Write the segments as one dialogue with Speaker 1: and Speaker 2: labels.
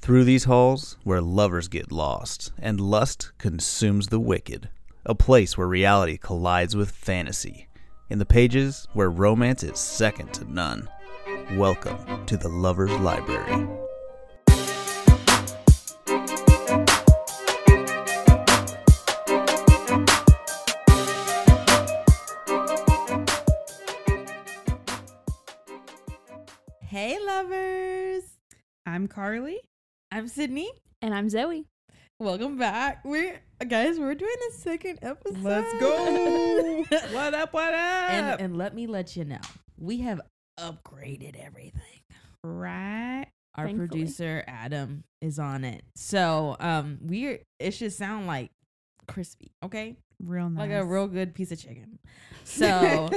Speaker 1: Through these halls, where lovers get lost and lust consumes the wicked, a place where reality collides with fantasy, in the pages where romance is second to none. Welcome to the Lover's Library.
Speaker 2: Hey, lovers. I'm Carly. I'm Sydney.
Speaker 3: And I'm Zoe.
Speaker 2: Welcome back. We're guys. We're doing the second episode.
Speaker 4: Let's go. what up? What up?
Speaker 5: and, and let me let you know, we have upgraded everything.
Speaker 2: right.
Speaker 5: Our
Speaker 3: Thankfully.
Speaker 5: producer Adam is on it, so um, we're it should sound like crispy, okay,
Speaker 2: Real nice.
Speaker 5: like a real good piece of chicken. So,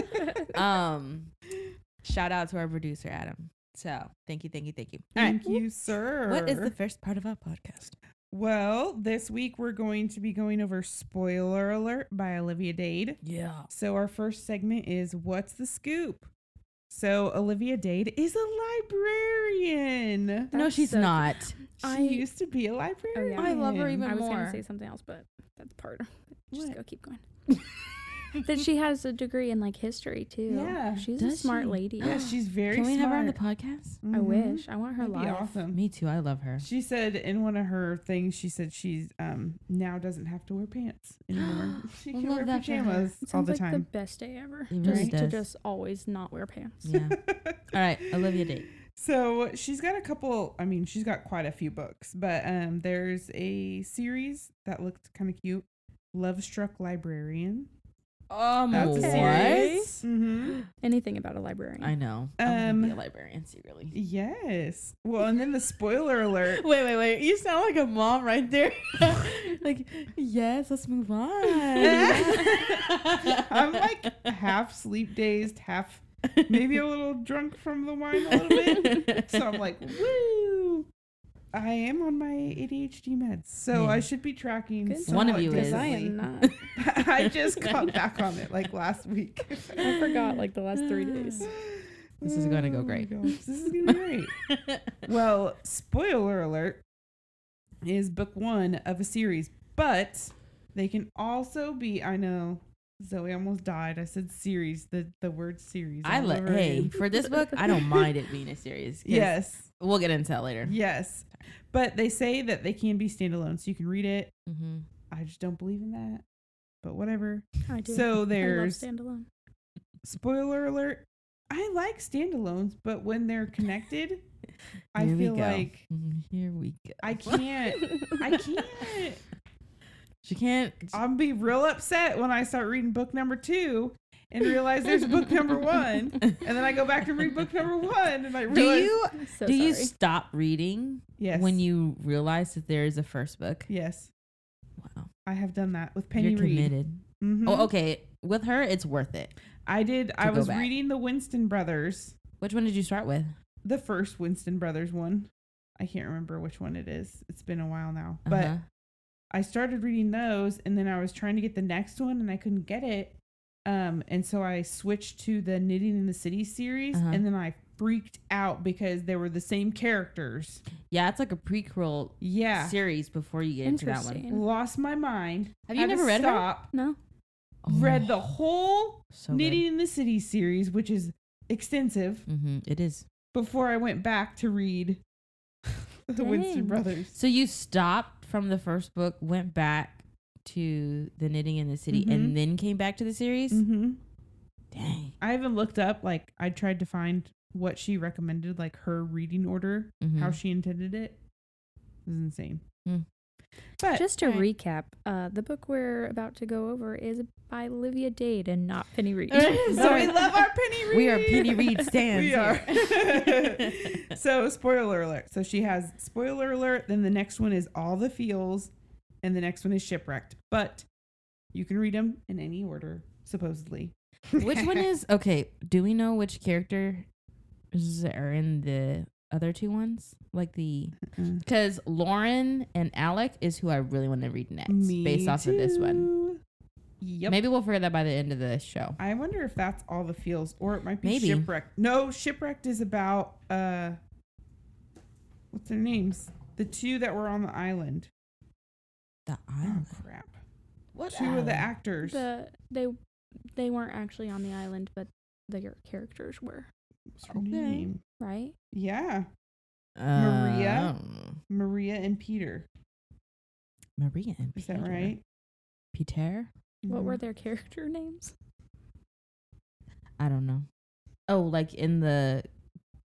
Speaker 5: um, shout out to our producer Adam. So, thank you, thank you, thank you. All right,
Speaker 2: Thank you, sir.
Speaker 5: what is the first part of our podcast?
Speaker 2: Well, this week we're going to be going over Spoiler Alert by Olivia Dade.
Speaker 5: Yeah,
Speaker 2: So, our first segment is What's the Scoop? So, Olivia Dade is a librarian.
Speaker 5: no,
Speaker 3: That's
Speaker 5: she's
Speaker 3: so-
Speaker 5: not.
Speaker 2: She
Speaker 3: I-
Speaker 2: used to be a librarian.
Speaker 3: I
Speaker 5: Oh, love her even
Speaker 3: I was
Speaker 5: more.
Speaker 3: gonna say something else, but that's part. Just
Speaker 2: What?
Speaker 3: go keep going. then she has a degree in like history too.
Speaker 2: Yeah.
Speaker 3: she's a
Speaker 5: Does
Speaker 3: smart
Speaker 5: she?
Speaker 3: lady.
Speaker 2: Yeah, she's very
Speaker 5: Can we
Speaker 2: smart.
Speaker 5: have her on the podcast?
Speaker 2: Mhm.
Speaker 3: I wish. I want her
Speaker 2: That'd be
Speaker 3: live.
Speaker 2: awesome.
Speaker 5: Me too. I love her.
Speaker 2: She said in one of her things, she said she's um now doesn't have to wear pants anymore. she
Speaker 5: I
Speaker 2: can
Speaker 5: love
Speaker 2: wear
Speaker 5: that for her.
Speaker 2: pajamas
Speaker 3: It
Speaker 2: all
Speaker 3: sounds
Speaker 2: the
Speaker 3: like the
Speaker 2: time.
Speaker 3: best day ever.
Speaker 5: It
Speaker 3: just
Speaker 5: really
Speaker 3: to
Speaker 5: does.
Speaker 3: just always not wear pants.
Speaker 5: Yeah. All right, Olivia Date.
Speaker 2: so she's got a couple. I mean, she's got quite a few books, but um, there's a series that looked kind of cute. Love Struck Librarian.
Speaker 5: Um,
Speaker 2: That's a
Speaker 5: what?
Speaker 2: series. Mm-hmm.
Speaker 3: Anything about a librarian.
Speaker 5: I know.
Speaker 2: Um,
Speaker 5: I'm gonna be a librarian secretly.
Speaker 2: Yes. Well, and then the spoiler alert.
Speaker 5: Wait, wait, wait! You sound like a mom right there. like, yes, let's move on.
Speaker 2: I'm like half sleep dazed, half maybe a little drunk from the wine a little bit. So I'm like, woo! I am on my ADHD meds, so I
Speaker 5: Yeah.
Speaker 2: should be tracking.
Speaker 3: Good
Speaker 5: One of
Speaker 2: somewhat
Speaker 5: you
Speaker 3: because I
Speaker 2: differently.
Speaker 3: am not.
Speaker 2: I just got back on it like last week.
Speaker 3: I forgot like the last three days.
Speaker 5: This is gonna go
Speaker 2: Oh my
Speaker 5: great.
Speaker 2: gosh, This is gonna be great. well, spoiler alert is book one of a series, but they can also be. I know Zoe almost died. I said series. The the word series.
Speaker 5: I
Speaker 2: all
Speaker 5: let
Speaker 2: over
Speaker 5: hey
Speaker 2: again.
Speaker 5: for this book, I don't mind it being a series. 'cause
Speaker 2: Yes.
Speaker 5: we'll get into that later.
Speaker 2: Yes. But they say that they can be standalone, so you can read it.
Speaker 5: Mm-hmm.
Speaker 2: I just don't believe in that. But whatever.
Speaker 3: I do.
Speaker 2: So there's
Speaker 3: I love standalone.
Speaker 2: spoiler alert. I like standalones, but when they're connected, I
Speaker 5: Here we
Speaker 2: feel
Speaker 5: go. Mm-hmm.
Speaker 2: like
Speaker 5: Here we go.
Speaker 2: I can't. I can't.
Speaker 5: She can't.
Speaker 2: I'll be real upset when I start reading book number two and realize there's book number one. And then I go back and read book number one and I
Speaker 5: Do
Speaker 2: realize
Speaker 5: you
Speaker 3: I'm so
Speaker 5: do you
Speaker 3: sorry.
Speaker 5: stop reading
Speaker 2: yes.
Speaker 5: when you realize that there is a first book?
Speaker 2: Yes.
Speaker 5: Wow,
Speaker 2: I have done that with Penny
Speaker 5: you're
Speaker 2: Reed.
Speaker 5: committed.
Speaker 2: Mhm.
Speaker 5: Oh, okay. With her, it's worth it.
Speaker 2: I did. I
Speaker 5: go
Speaker 2: was
Speaker 5: back.
Speaker 2: reading the Winston Brothers,
Speaker 5: Which one did you start with?
Speaker 2: the first Winston Brothers one. I can't remember which one it is. It's been a while now. But
Speaker 5: Uh-huh.
Speaker 2: I started reading those and then I was trying to get the next one and I couldn't get it. Um, and so I switched to the Knitting in the City series
Speaker 5: Uh-huh.
Speaker 2: and then I freaked out because they were the same characters.
Speaker 5: yeah, it's like a prequel
Speaker 2: Yeah.
Speaker 5: series before you get into that one.
Speaker 3: Interesting.
Speaker 2: Lost my mind.
Speaker 5: Have you
Speaker 2: Had to
Speaker 5: never read her?
Speaker 2: stop,
Speaker 3: No.
Speaker 2: Read the whole
Speaker 5: Oh, so
Speaker 2: Knitting in the City series, which is extensive,
Speaker 5: Mm-hmm, it is.
Speaker 2: before I went back to read the Winston
Speaker 3: Dang.
Speaker 2: Brothers.
Speaker 5: So you stopped from the first book, went back to the knitting in the city,
Speaker 2: Mhm.
Speaker 5: and then came back to the series.
Speaker 2: hmm
Speaker 5: Dang.
Speaker 2: I even looked up, like, I tried to find what she recommended, like her reading order, how
Speaker 5: Mhm.
Speaker 2: she intended it. It was insane.
Speaker 5: Hmm.
Speaker 2: But
Speaker 3: Just to
Speaker 2: Right.
Speaker 3: recap, uh, the book we're about to go over is by Olivia Dade and not Penny Reed.
Speaker 2: so we love our Penny Reed.
Speaker 5: We are Penny Reed stands.
Speaker 2: We
Speaker 5: here.
Speaker 2: are. so spoiler alert. So she has spoiler alert. Then the next one is all the feels, and the next one is shipwrecked. But you can read them in any order, supposedly.
Speaker 5: which one is okay? Do we know which characters are in the other two ones? Like the
Speaker 2: Uh,
Speaker 5: because Lauren and Alec is who I really want to read next,
Speaker 2: me
Speaker 5: based off of this one.
Speaker 2: too. Yep.
Speaker 5: Maybe we'll figure that by the end of the show.
Speaker 2: I wonder if that's all the feels, or it might be
Speaker 5: Maybe.
Speaker 2: shipwrecked. No, shipwrecked is about uh, what's their names? The two that were on the island.
Speaker 5: The
Speaker 2: Oh
Speaker 5: island.
Speaker 2: crap!
Speaker 5: What
Speaker 2: Two of the
Speaker 5: island?
Speaker 2: actors.
Speaker 3: The they they weren't actually on the island, but their characters were.
Speaker 2: What's her
Speaker 5: Okay.
Speaker 2: name?
Speaker 3: Right?
Speaker 2: Yeah,
Speaker 5: Uh, I
Speaker 2: Maria?
Speaker 5: don't know.
Speaker 2: Maria and Peter.
Speaker 5: Maria and
Speaker 2: Is
Speaker 5: Peter.
Speaker 2: that right?
Speaker 5: Peter?
Speaker 3: What were
Speaker 5: Mm-hmm.
Speaker 2: Mhm.
Speaker 3: their character names?
Speaker 5: I don't know. Oh, like in the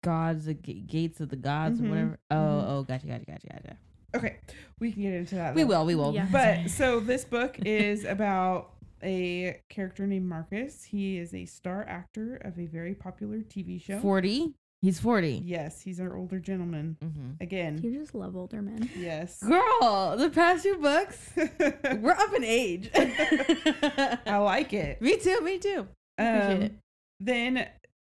Speaker 5: gods, the g- gates of the gods,
Speaker 2: Mhm,
Speaker 5: or whatever. Oh,
Speaker 2: mhm.
Speaker 5: oh, gotcha, gotcha, gotcha, gotcha.
Speaker 2: Okay, we can get into that.
Speaker 5: We
Speaker 2: though.
Speaker 5: will, we will.
Speaker 3: Yeah.
Speaker 2: But so this book is about a character named Marcus. He is a star actor of a very popular TV show.
Speaker 5: forty. He's forty.
Speaker 2: Yes, he's our older gentleman
Speaker 5: Mm-hmm.
Speaker 2: again.
Speaker 3: You just love older men.
Speaker 2: Yes.
Speaker 5: Girl, the past few books, we're up in age.
Speaker 2: I like it.
Speaker 5: me too, me too. Appreciate
Speaker 2: Um,
Speaker 5: it.
Speaker 2: then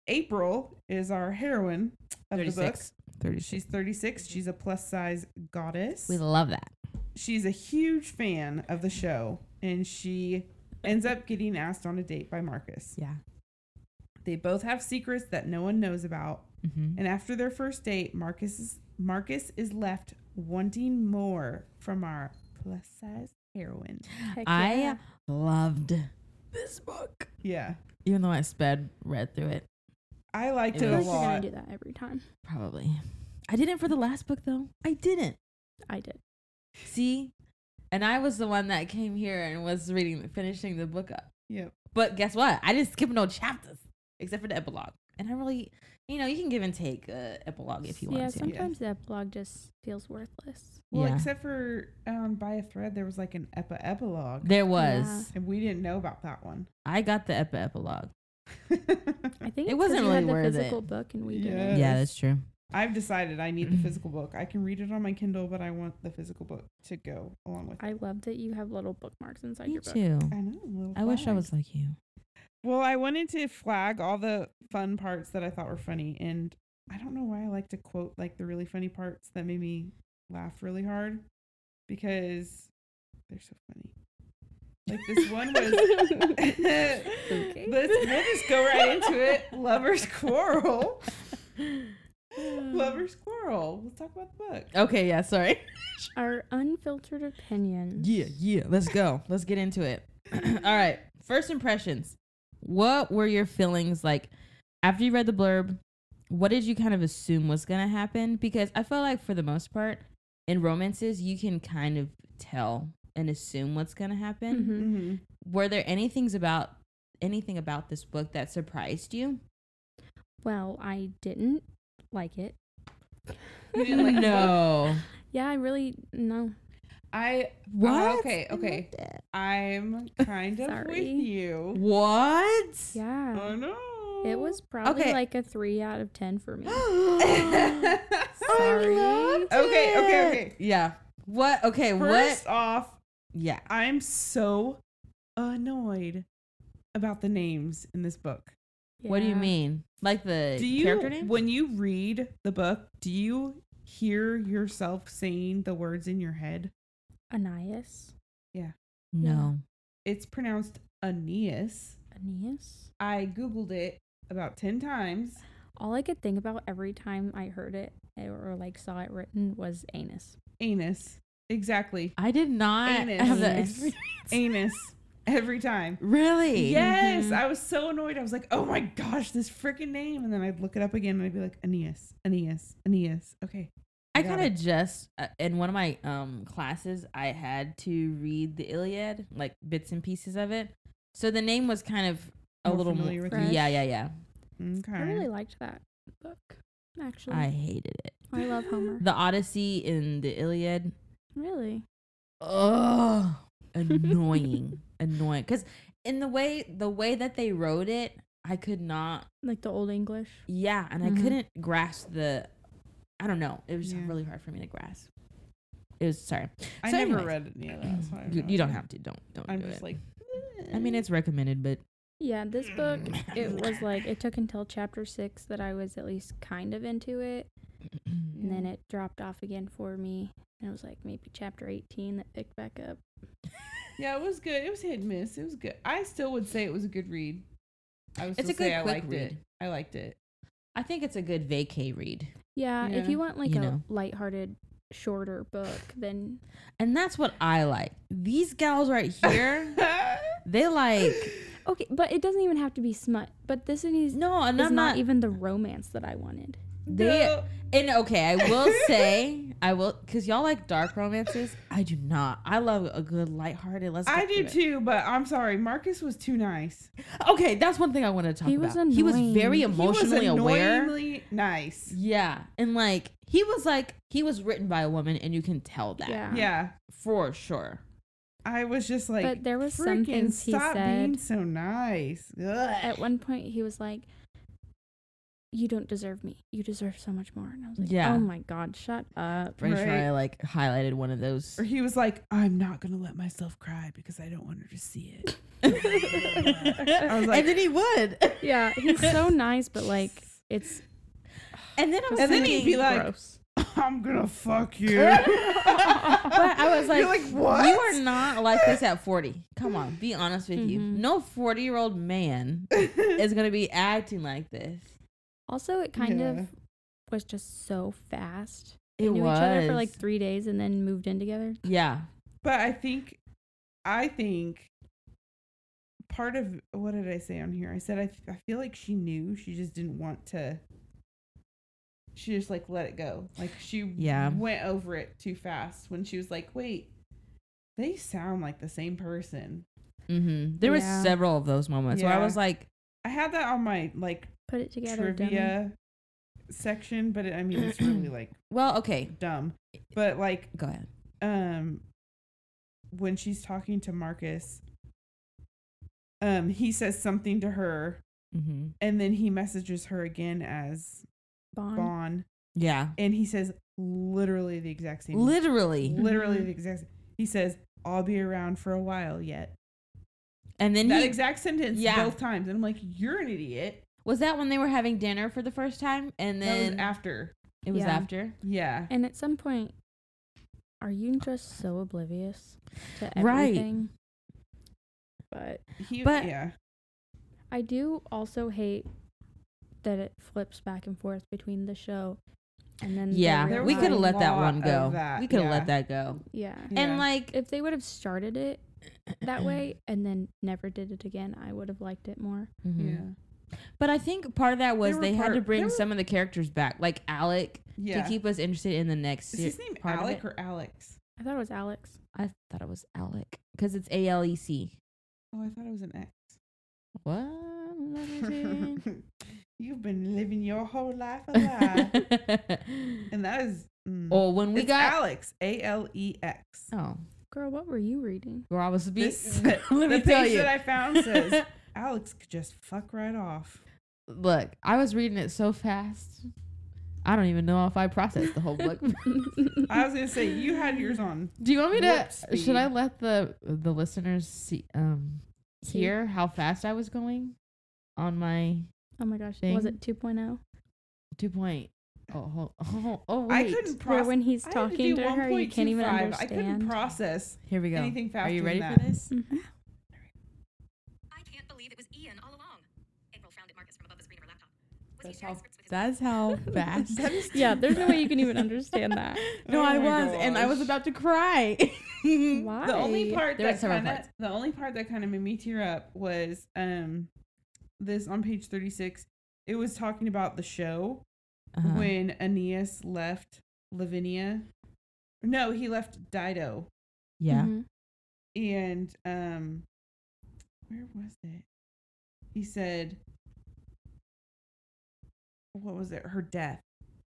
Speaker 2: April is our heroine of the book.
Speaker 5: 36. 36.
Speaker 2: She's 36. She's a plus size goddess.
Speaker 5: We love that.
Speaker 2: She's a huge fan of the show, and she ends up getting asked on a date by Marcus.
Speaker 5: Yeah.
Speaker 2: They both have secrets that no one knows about,
Speaker 5: Mm-hmm.
Speaker 2: and after their first date, Marcus is, Marcus is left wanting more from our plus size heroine.
Speaker 3: Heck
Speaker 5: I
Speaker 3: yeah.
Speaker 5: loved this book.
Speaker 2: Yeah,
Speaker 5: Even though I sped read through it,
Speaker 2: I liked
Speaker 5: It
Speaker 2: it,
Speaker 3: I feel
Speaker 2: a
Speaker 3: like you're gonna
Speaker 2: lot.
Speaker 3: do that every time.
Speaker 5: probably. I didn't for the last book though. I didn't.
Speaker 3: I did.
Speaker 5: See? And I was the one that came here and was reading finishing the book up.
Speaker 2: Yep.
Speaker 5: But guess what? I didn't skip no chapters except for the epilogue. And I really you know, you can give and take uh, epilogue if you
Speaker 3: yeah,
Speaker 5: want to.
Speaker 3: sometimes the epilogue just feels worthless.
Speaker 2: Well,
Speaker 5: Yeah.
Speaker 2: except for um, by a thread, there was like an epi epilogue,
Speaker 5: There was.
Speaker 2: and we didn't know about that one.
Speaker 5: I got the epi epilogue.
Speaker 3: I think
Speaker 5: It
Speaker 3: it's 'cause
Speaker 5: wasn't
Speaker 3: you
Speaker 5: really
Speaker 3: had the
Speaker 5: worth
Speaker 3: physical
Speaker 5: it.
Speaker 3: book and we
Speaker 2: Yeah.
Speaker 3: didn't.
Speaker 5: Yeah,
Speaker 2: Yes.
Speaker 5: that's true.
Speaker 2: I've decided I need the physical book. I can read it on my Kindle, but I want the physical book to go along with it.
Speaker 3: I love that you have little bookmarks inside
Speaker 5: Me
Speaker 3: your book.
Speaker 5: too.
Speaker 2: I know. little
Speaker 5: I wish I
Speaker 2: flags.
Speaker 5: was like you.
Speaker 2: Well, I wanted to flag all the fun parts that I thought were funny, and I don't know why I like to quote like the really funny parts that made me laugh really hard because they're so funny. Like this one was.
Speaker 3: Okay.
Speaker 2: Let's we'll just go right into it. Lovers quarrel.
Speaker 3: Hmm.
Speaker 2: Lovers quarrel. Let's talk about the book.
Speaker 5: Okay, yeah, sorry.
Speaker 3: Our unfiltered opinions.
Speaker 5: Yeah, yeah. Let's go. Let's get into it. All right. First impressions. What were your feelings like after you read the blurb? What did you kind of assume was going to happen? Because I felt like for the most part in romances, you can kind of tell and assume what's going to happen.
Speaker 3: Mhm.
Speaker 2: Mm-hmm.
Speaker 5: Were there any things about anything about this book that surprised you?
Speaker 3: Well, I didn't like it.
Speaker 5: no.
Speaker 3: Yeah, I really no.
Speaker 2: I uh,
Speaker 5: What?
Speaker 2: okay,
Speaker 5: I loved
Speaker 2: okay.
Speaker 5: it.
Speaker 2: I'm kind of with
Speaker 3: Sorry.
Speaker 2: you. Oh,
Speaker 5: What?
Speaker 2: I
Speaker 3: Yeah.
Speaker 2: know.
Speaker 3: It was probably
Speaker 5: Okay.
Speaker 3: like a three out of ten for me.
Speaker 5: I
Speaker 3: Sorry.
Speaker 5: loved
Speaker 2: Okay, okay,
Speaker 5: it.
Speaker 2: okay.
Speaker 5: Yeah. What? Okay, what?
Speaker 2: First off,
Speaker 5: Yeah.
Speaker 2: I'm so annoyed about the names in this book.
Speaker 5: What do you
Speaker 3: Yeah.
Speaker 5: mean? Like the
Speaker 2: Do you
Speaker 5: character name?
Speaker 2: when you read the book, do you hear yourself saying the words in your head?
Speaker 3: Anais?
Speaker 5: no.
Speaker 2: It's pronounced Aeneas.
Speaker 3: Aeneas?
Speaker 2: I googled it about 10 times.
Speaker 3: All I could think about every time I heard it or like saw it written was anus.
Speaker 2: Anus. Exactly.
Speaker 5: I did not
Speaker 2: Anus.
Speaker 5: have that.
Speaker 3: Anus.
Speaker 5: experience.
Speaker 2: Anus. Every time.
Speaker 5: Really?
Speaker 2: Yes,
Speaker 5: Mm-hmm.
Speaker 3: Mhm.
Speaker 2: I was so annoyed. I was like, "Oh my gosh, this freaking name!" And then I'd look it up again, and I'd be like, "Aeneas, Aeneas, Aeneas." Okay,
Speaker 5: I
Speaker 2: got
Speaker 5: kind
Speaker 2: it.
Speaker 5: of just uh, in one of my um classes I had to read the Iliad, like bits and pieces of it. So the name was kind of a
Speaker 2: More
Speaker 5: little
Speaker 2: familiar
Speaker 5: more.
Speaker 2: with
Speaker 3: you.
Speaker 5: Yeah, yeah, yeah.
Speaker 2: okay.
Speaker 3: I really liked that book. Actually.
Speaker 5: I
Speaker 3: I,
Speaker 5: hated it.
Speaker 3: love Homer.
Speaker 5: The Odyssey in the Iliad.
Speaker 3: really?
Speaker 5: Ugh, annoying, annoying. Because in the way the way that they wrote it, I could not
Speaker 3: Like the old English.
Speaker 5: Yeah, and I
Speaker 2: Mhm.
Speaker 5: couldn't grasp the. I don't know. It was
Speaker 2: Yeah.
Speaker 5: really hard for me to grasp. It was sorry.
Speaker 2: I
Speaker 5: So
Speaker 2: never
Speaker 5: anyways,
Speaker 2: read any of that. So I
Speaker 5: You,
Speaker 2: know.
Speaker 5: you don't have to. Don't don't.
Speaker 2: I'm
Speaker 5: do
Speaker 2: just
Speaker 5: it.
Speaker 2: like.
Speaker 5: I mean, it's recommended, but
Speaker 3: Yeah, this book
Speaker 5: Mm.
Speaker 3: it was like it took until chapter six that I was at least kind of into it. And then it dropped off again for me. And it was like maybe chapter eighteen that picked back up.
Speaker 2: yeah, it was good. It was hit and miss. It was good. I still would say it was a good read. I was.
Speaker 5: It's
Speaker 2: It's
Speaker 5: a
Speaker 2: a
Speaker 5: good
Speaker 2: say I
Speaker 5: quick
Speaker 2: liked it.
Speaker 5: read.
Speaker 2: I liked it.
Speaker 5: I think it's a good vacay read.
Speaker 3: Yeah, if
Speaker 2: Yeah,
Speaker 3: you want like
Speaker 5: you
Speaker 3: a
Speaker 5: know.
Speaker 3: lighthearted shorter book than
Speaker 5: And that's what I like. These gals right here, they like
Speaker 3: okay, but it doesn't even have to be smut. But this is
Speaker 5: no, and
Speaker 3: is
Speaker 5: I'm
Speaker 3: not
Speaker 5: not even
Speaker 3: even the romance that I wanted.
Speaker 5: they. And okay, I will say I will because y'all like dark romances. I do not. I love a good lighthearted. Let's.
Speaker 2: I
Speaker 5: get
Speaker 2: do
Speaker 5: through it.
Speaker 2: too, but I'm sorry. Marcus was too nice.
Speaker 5: Okay, that's one thing I want to talk
Speaker 3: He was
Speaker 5: about. he was
Speaker 3: annoying.
Speaker 5: very
Speaker 3: He was
Speaker 5: emotionally
Speaker 2: he was
Speaker 5: aware.
Speaker 2: annoyingly nice.
Speaker 5: Yeah, and like he was like he was written by a woman, and you can tell that
Speaker 3: Yeah.
Speaker 2: Yeah.
Speaker 5: for sure.
Speaker 2: I was just like,
Speaker 3: But there was some
Speaker 2: freaking
Speaker 3: things he
Speaker 2: stop being
Speaker 3: said.
Speaker 2: so nice. Ugh.
Speaker 3: At one point, he was like, "You don't deserve me. You deserve so much more." And I was like,
Speaker 5: Yeah.
Speaker 3: "Oh my god, shut up."
Speaker 5: Pretty sure
Speaker 2: Right.
Speaker 5: I like highlighted one of those.
Speaker 2: Or he was like, I'm not gonna let myself cry because I don't want her to see it. I was like,
Speaker 5: and then he would.
Speaker 3: Yeah, he's so nice, but like it's
Speaker 5: And then I was
Speaker 2: And then he'd
Speaker 5: thinking,
Speaker 2: be like-
Speaker 3: gross.
Speaker 2: I'm gonna fuck you. but
Speaker 5: but I was like,
Speaker 2: You're like, what?
Speaker 5: You are not like this at 40. Come on, be honest with you.
Speaker 3: Mhm.
Speaker 5: No 40 year old man is going to be acting like this.
Speaker 3: Also, it kind
Speaker 2: Yeah.
Speaker 3: of was just so fast.
Speaker 5: It
Speaker 3: They knew
Speaker 5: was.
Speaker 3: each other for like three days and then moved in together.
Speaker 5: Yeah.
Speaker 2: But I think, I think part of what did I say on here? I said I, f- I feel like she knew she just didn't want to. She just like let it go. Like she
Speaker 5: Yeah.
Speaker 2: went over it too fast when she was like, wait, they sound like the same person.
Speaker 5: hmm There were
Speaker 3: Yeah.
Speaker 5: several of those moments where I
Speaker 2: Yeah.
Speaker 5: was like,
Speaker 2: I had that on my like
Speaker 3: Put it together. dummy.
Speaker 2: trivia section, but it, I mean it's really like
Speaker 5: well, okay,
Speaker 2: dumb. But like
Speaker 5: go ahead.
Speaker 2: um when she's talking to Marcus, um he says something to her
Speaker 5: Mm-hmm.
Speaker 2: and then he messages her again as
Speaker 3: Bond.
Speaker 2: Bon
Speaker 5: Yeah.
Speaker 2: and he says literally the exact same
Speaker 5: Literally.
Speaker 2: literally
Speaker 3: Mhm.
Speaker 2: the exact same. He says I'll be around for a while yet.
Speaker 5: And then
Speaker 2: that
Speaker 5: he,
Speaker 2: exact sentence
Speaker 5: Yeah.
Speaker 2: both times. And I'm like, you're an idiot.
Speaker 5: was that when they were having dinner for the first time? And
Speaker 2: that
Speaker 5: then
Speaker 2: was after.
Speaker 5: it was
Speaker 3: Yeah.
Speaker 5: after.
Speaker 2: Yeah.
Speaker 3: And at some point, are you just so oblivious to
Speaker 5: Right.
Speaker 3: everything? But
Speaker 2: He,
Speaker 5: But-
Speaker 2: yeah.
Speaker 3: I do also hate that it flips back and forth between the show and then the
Speaker 5: Yeah.
Speaker 3: real
Speaker 2: There
Speaker 5: we
Speaker 2: was
Speaker 5: could
Speaker 2: a
Speaker 5: have
Speaker 3: life.
Speaker 5: let that
Speaker 2: lot
Speaker 5: one
Speaker 2: of
Speaker 5: go.
Speaker 2: that,
Speaker 5: We could have
Speaker 2: yeah.
Speaker 5: let that go.
Speaker 3: yeah.
Speaker 2: Yeah.
Speaker 5: And like,
Speaker 3: If they would have started it that way and then never did it again, I would have liked it more.
Speaker 5: Mhm.
Speaker 2: Yeah.
Speaker 5: But I think part of that was
Speaker 2: were
Speaker 5: they had
Speaker 2: part-
Speaker 5: to
Speaker 2: there
Speaker 5: bring
Speaker 2: were-
Speaker 5: some of the characters back, like Alec,
Speaker 2: Yeah.
Speaker 5: to keep us interested in the next.
Speaker 2: Is
Speaker 5: se-
Speaker 2: his name
Speaker 5: part of
Speaker 2: Alec
Speaker 5: it.
Speaker 2: or Alex?
Speaker 3: I thought it was Alex.
Speaker 5: I thought it was Alec because it's A L E C.
Speaker 2: Oh, I thought it was an X.
Speaker 5: What? Let me
Speaker 2: You've been living your whole life a lie.
Speaker 5: see.
Speaker 2: and that is. Mm.
Speaker 5: Or when we
Speaker 2: It's
Speaker 5: got
Speaker 2: Alex, A L E X.
Speaker 5: oh,
Speaker 3: Girl, what were you reading?
Speaker 5: girl, I was be.
Speaker 2: This-
Speaker 5: Let me
Speaker 2: the
Speaker 5: tell
Speaker 2: page
Speaker 5: you.
Speaker 2: that I found says Alex could just fuck right off.
Speaker 5: Look, I was reading it so fast. I don't even know if I processed the whole book.
Speaker 3: Oh
Speaker 2: I was going to say, you had yours on.
Speaker 5: Do you want me to?
Speaker 2: Warp speed.
Speaker 5: Should I let the the listeners see um
Speaker 3: See?
Speaker 5: hear how fast I was going on my
Speaker 3: Oh my gosh, was
Speaker 5: Thing?
Speaker 3: it oh? 2.0?
Speaker 5: Two point. Oh, oh, oh, oh
Speaker 2: I
Speaker 5: wait.
Speaker 2: couldn't
Speaker 3: Where
Speaker 2: process.
Speaker 3: when he's
Speaker 2: I had
Speaker 3: talking
Speaker 2: do
Speaker 3: to her, you can't even
Speaker 2: 1.25.
Speaker 3: understand.
Speaker 2: I couldn't process
Speaker 5: Here we go.
Speaker 2: anything faster
Speaker 5: Are you ready
Speaker 2: than
Speaker 5: for
Speaker 2: that.
Speaker 5: this?
Speaker 3: Mhm.
Speaker 6: I can't believe it was Ian all along. April frowned at Marcus from above the screen of her laptop. Was
Speaker 5: That's
Speaker 6: he sharing
Speaker 5: how-
Speaker 6: scripts with his
Speaker 5: That's how fast.
Speaker 2: That is
Speaker 3: Yeah, there's no way you can even understand that.
Speaker 5: no,
Speaker 2: Oh
Speaker 5: I
Speaker 2: my
Speaker 5: was, and I was
Speaker 2: gosh.
Speaker 5: about to cry.
Speaker 3: Why?
Speaker 2: The only part
Speaker 5: There were
Speaker 2: that
Speaker 5: several
Speaker 2: kind of
Speaker 5: parts.
Speaker 2: the only part that kind of made me tear up was um this on page 36. It was talking about the show
Speaker 5: Uh-huh.
Speaker 2: when Aeneas left Lavinia. No, he left Dido
Speaker 5: Yeah.
Speaker 2: Mm-hmm.
Speaker 3: Mhm.
Speaker 2: and um where was it? He said what was it? Her death.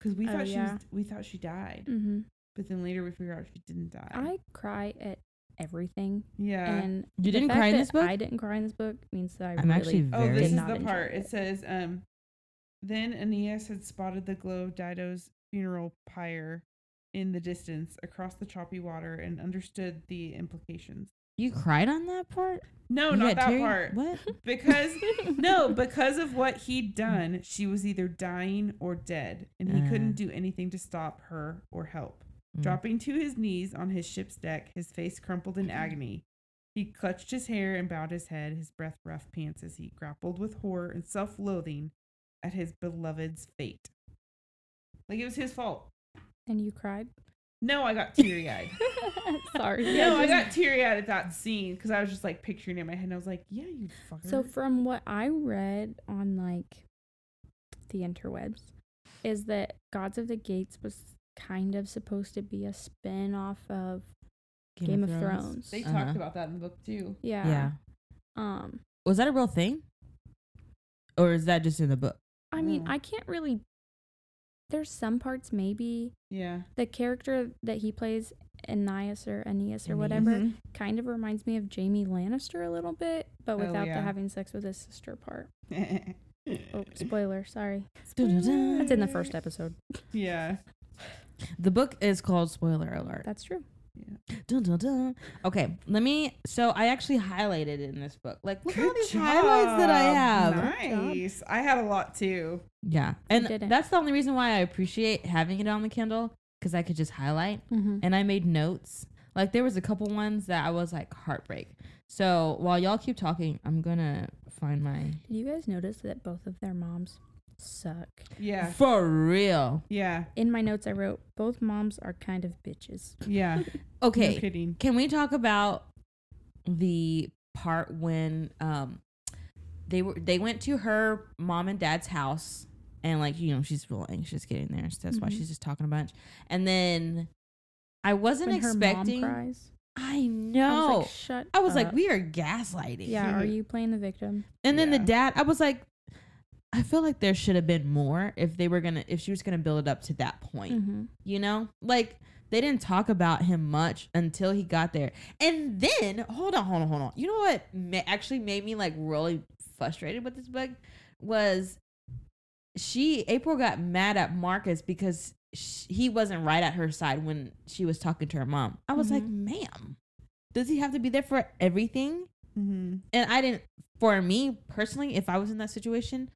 Speaker 2: Cuz we
Speaker 3: Oh,
Speaker 2: thought she
Speaker 3: yeah.
Speaker 2: was, we thought she died,
Speaker 3: Mhm.
Speaker 2: but then later we figure out she didn't die.
Speaker 3: I cry at everything,
Speaker 2: yeah.
Speaker 3: and
Speaker 5: Uh, You
Speaker 3: the
Speaker 5: didn't
Speaker 3: fact
Speaker 5: cry in
Speaker 3: that
Speaker 5: this book?
Speaker 3: I didn't cry in this book means that I
Speaker 5: I'm
Speaker 3: really
Speaker 5: actually
Speaker 2: Oh,
Speaker 5: very-
Speaker 2: this
Speaker 3: did
Speaker 2: is
Speaker 3: not
Speaker 2: the
Speaker 3: enjoy
Speaker 2: part.
Speaker 3: It.
Speaker 2: It says, um, then Aeneas had spotted the glow of Dido's funeral pyre in the distance across the choppy water and understood the implications.
Speaker 5: You cried on that part?
Speaker 2: No,
Speaker 5: You
Speaker 2: not
Speaker 5: got
Speaker 2: that
Speaker 5: teary-
Speaker 2: part.
Speaker 5: What?
Speaker 2: Because no, because of what he'd done, she was either dying or dead, and he
Speaker 5: Uh.
Speaker 2: couldn't do anything to stop her or help.
Speaker 5: Mm.
Speaker 2: Dropping to his knees on his ship's deck, his face crumpled
Speaker 5: Mm-hmm.
Speaker 2: in agony. He clutched his hair and bowed his head, his breath rough pants as he grappled with horror and self loathing at his beloved's fate. Like it was his fault.
Speaker 3: And you cried.
Speaker 2: No, I got teary eyed.
Speaker 3: Sorry.
Speaker 2: no, I got teary eyed at that scene because I was just like picturing it in my head and I was like, yeah, you fucker.
Speaker 3: So from what I read on like the interwebs is that Gods of the Gates was kind of supposed to be a spin off of Game, of Thrones.
Speaker 2: they
Speaker 5: Uh-huh.
Speaker 2: talked about that in the book too.
Speaker 3: Yeah.
Speaker 5: Yeah.
Speaker 3: Um
Speaker 5: Was that a real thing? Or is that just in the book?
Speaker 3: I mean,
Speaker 5: Oh.
Speaker 2: Mm.
Speaker 3: I can't really there's some parts maybe
Speaker 2: Yeah.
Speaker 3: the character that he plays Aeneas or Aeneas or whatever
Speaker 2: Mhm.
Speaker 3: kind of reminds me of Jamie Lannister a little bit, but
Speaker 2: Oh,
Speaker 3: without
Speaker 2: yeah.
Speaker 3: the having sex with his sister part.
Speaker 2: Mm-hmm.
Speaker 3: Oh, spoiler, sorry.
Speaker 5: Dun-dun-dun.
Speaker 3: That's in the first episode.
Speaker 2: yeah.
Speaker 5: The book is called Spoiler Alert.
Speaker 3: That's true.
Speaker 5: Dun, dun, dun. Okay, let me. So I actually highlighted it in this book. Like, look at all
Speaker 2: Good
Speaker 5: these highlights that I
Speaker 2: job.
Speaker 5: have.
Speaker 2: Nice. I had a lot too.
Speaker 5: Yeah, and
Speaker 3: didn't.
Speaker 5: that's the only reason why I appreciate having it on the Kindle because I could just highlight
Speaker 3: Mm-hmm.
Speaker 5: and I made notes. Like there was a couple ones that I was like heartbreak. So while y'all keep talking, I'm gonna find my
Speaker 3: Did you guys notice that both of their moms suck?
Speaker 2: Yeah.
Speaker 5: for real.
Speaker 2: Yeah.
Speaker 3: In my notes, I wrote both moms are kind of bitches.
Speaker 2: Yeah.
Speaker 5: Okay,
Speaker 2: No kidding.
Speaker 5: Can we talk about the part when um they were they went to her mom and dad's house and like you know she's real anxious getting there so that's why
Speaker 3: Mhm.
Speaker 5: she's just talking a bunch and then I wasn't
Speaker 3: When
Speaker 5: expecting
Speaker 3: her mom cries,
Speaker 5: I
Speaker 3: I
Speaker 5: know
Speaker 3: was like, shut.
Speaker 5: I was like
Speaker 3: up."
Speaker 5: we are gaslighting
Speaker 3: yeah, are you playing the victim?
Speaker 5: and then
Speaker 2: Yeah.
Speaker 5: the dad I was like I feel like there should have been more if they were gonna if she was gonna build it up to that point
Speaker 3: Mm-hmm.
Speaker 5: you know like they didn't talk about him much until he got there and then hold on hold on hold on you know what ma- actually made me like really frustrated with this book was she april got mad at marcus because sh he wasn't right at her side when she was talking to her mom i was like
Speaker 3: Mhm.
Speaker 5: ma'am does he have to be there for everything
Speaker 2: Mm-hmm.
Speaker 5: and I didn't. For me personally, if I was in that situation,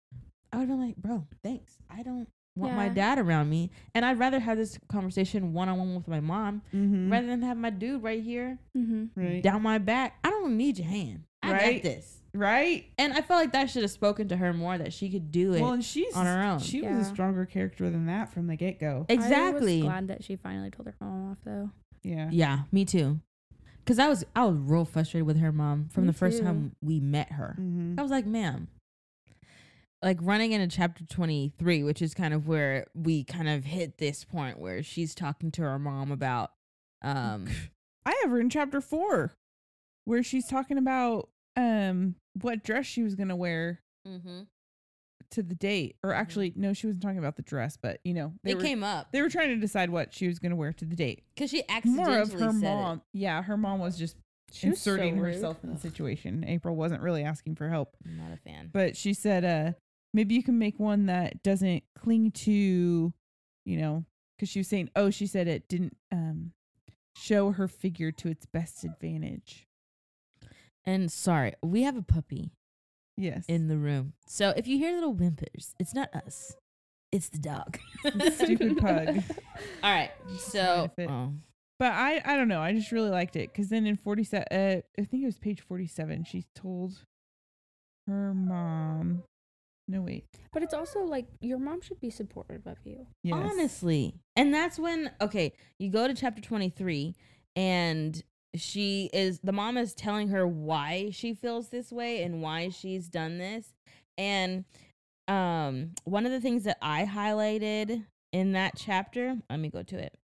Speaker 5: I would have been like, "Bro, thanks. I don't want my
Speaker 3: Yeah.
Speaker 5: dad around me, and I'd rather have this conversation one on one with my mom
Speaker 2: Mm-hmm.
Speaker 5: rather than have my dude right here
Speaker 3: Mm-hmm.
Speaker 2: Right.
Speaker 5: down my back. I don't need your hand. I
Speaker 2: Right.
Speaker 5: got this."
Speaker 2: Right.
Speaker 5: And I felt like that should have spoken to her more that she could do it.
Speaker 2: Well, and she's
Speaker 5: on her own.
Speaker 2: She was a
Speaker 3: Yeah.
Speaker 2: stronger character than that from the get go.
Speaker 3: I was
Speaker 5: exactly.
Speaker 3: glad that she finally told her mom off though.
Speaker 2: Yeah.
Speaker 5: Yeah, me too. Cause I was I was real frustrated with her mom from
Speaker 3: Me
Speaker 5: the first
Speaker 3: too.
Speaker 5: time we met her.
Speaker 2: Mm-hmm.
Speaker 5: I was like, ma'am, like running into chapter 23, which is kind of where we kind of hit this point where she's talking to her mom about, um,
Speaker 2: I have her in chapter four, where she's talking about um what dress she was gonna wear to the date. Or actually, no, she wasn't talking about the dress, but you know, they
Speaker 5: it
Speaker 2: were,
Speaker 5: came up
Speaker 2: They were trying to decide what she was gonna wear to the date.
Speaker 5: because she accidentally
Speaker 2: More of her
Speaker 5: said
Speaker 2: mom. Yeah, her mom was just
Speaker 3: She was so
Speaker 2: inserting
Speaker 3: rude.
Speaker 2: herself in the
Speaker 5: Ugh.
Speaker 2: situation. April wasn't really asking for help.
Speaker 5: it. I'm not a fan.
Speaker 2: but she said uh maybe you can make one that doesn't cling to you know because she was saying oh she said it didn't um show her figure to its best advantage
Speaker 5: and sorry, we have a puppy
Speaker 2: yes
Speaker 5: in the room. So if you hear little whimpers, it's not us, it's the dog.
Speaker 2: stupid pug
Speaker 5: All right. So,
Speaker 2: Sorry if it-
Speaker 5: oh,
Speaker 2: but i i don't know i just really liked it because then in 47 uh, i think it was page 47 she told her mom no wait
Speaker 3: But it's also like your mom should be supportive of you.
Speaker 2: yes
Speaker 5: Honestly. And that's when, okay, you go to chapter 23, and she is, the mom is telling her why she feels this way and why she's done this. And um, one of the things that I highlighted in that chapter, let me go to it.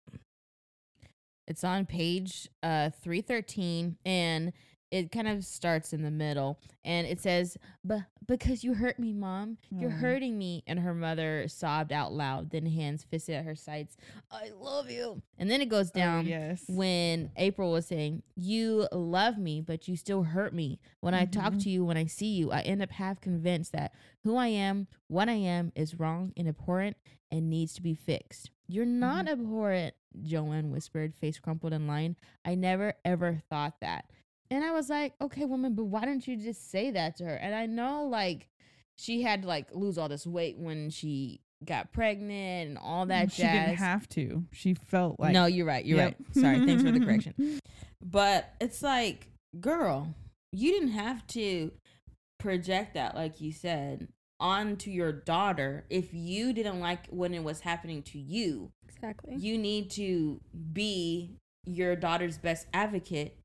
Speaker 5: It's on page uh, 313, and it kind of starts in the middle. And it says, but because you hurt me, mom. You're
Speaker 2: Aw.
Speaker 5: hurting me. And her mother sobbed out loud, then hands fisted at her sides. I love you. And then it goes
Speaker 2: Oh,
Speaker 5: down
Speaker 2: yes
Speaker 5: when April was saying, You love me, but you still hurt me. When I talk
Speaker 2: Mhm.
Speaker 5: to you, when I see you, I end up half convinced that who I am, what I am, is wrong and abhorrent and needs to be fixed. You're not
Speaker 2: Mm-hmm.
Speaker 5: abhorrent, Joanne whispered, face crumpled in line. I never ever thought that. And I was like, Okay, woman, but why don't you just say that to her? And I know, like, she had to like lose all this weight when she got pregnant and all that
Speaker 2: she
Speaker 5: jazz.
Speaker 2: didn't have to she felt like
Speaker 5: no, you're right. You're
Speaker 2: Yep.
Speaker 5: right. Sorry. Thanks for the correction. But it's like, girl, you didn't have to project that, like you said. onto your daughter if you didn't like when it was happening to you.
Speaker 3: Exactly.
Speaker 5: You need to be your daughter's best advocate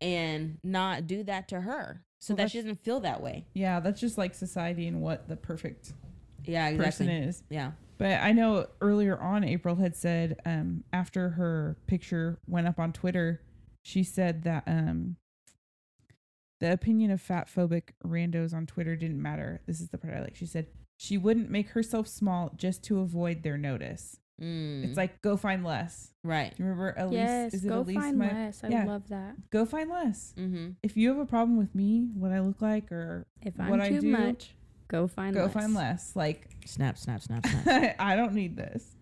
Speaker 5: and not do that to her so
Speaker 2: Well,
Speaker 5: that she
Speaker 2: that's-
Speaker 5: doesn't feel that way.
Speaker 2: Yeah, that's just like society and what the perfect
Speaker 5: Yeah,
Speaker 2: person
Speaker 5: exactly.
Speaker 2: is.
Speaker 5: Yeah.
Speaker 2: But I know earlier on, April had said um, after her picture went up on Twitter, she said that um, the opinion of fat phobic randos on Twitter didn't matter. This is the part I like. She said she wouldn't make herself small just to avoid their notice.
Speaker 5: Mm,
Speaker 2: It's like go find less.
Speaker 5: right.
Speaker 2: Do you remember Elise?
Speaker 3: yes,
Speaker 2: is it
Speaker 3: go
Speaker 2: Elise?
Speaker 3: find
Speaker 2: my,
Speaker 3: less. I
Speaker 2: yeah.
Speaker 3: love that.
Speaker 2: Go find less.
Speaker 5: Mm-hmm.
Speaker 2: If you have a problem with me, what I look like, or
Speaker 3: If
Speaker 2: What
Speaker 3: I'm
Speaker 2: I
Speaker 3: too
Speaker 2: do-
Speaker 3: much, go find
Speaker 2: go
Speaker 3: less.
Speaker 2: find less. Like
Speaker 5: Snap, snap, snap, snap.
Speaker 2: I don't need this.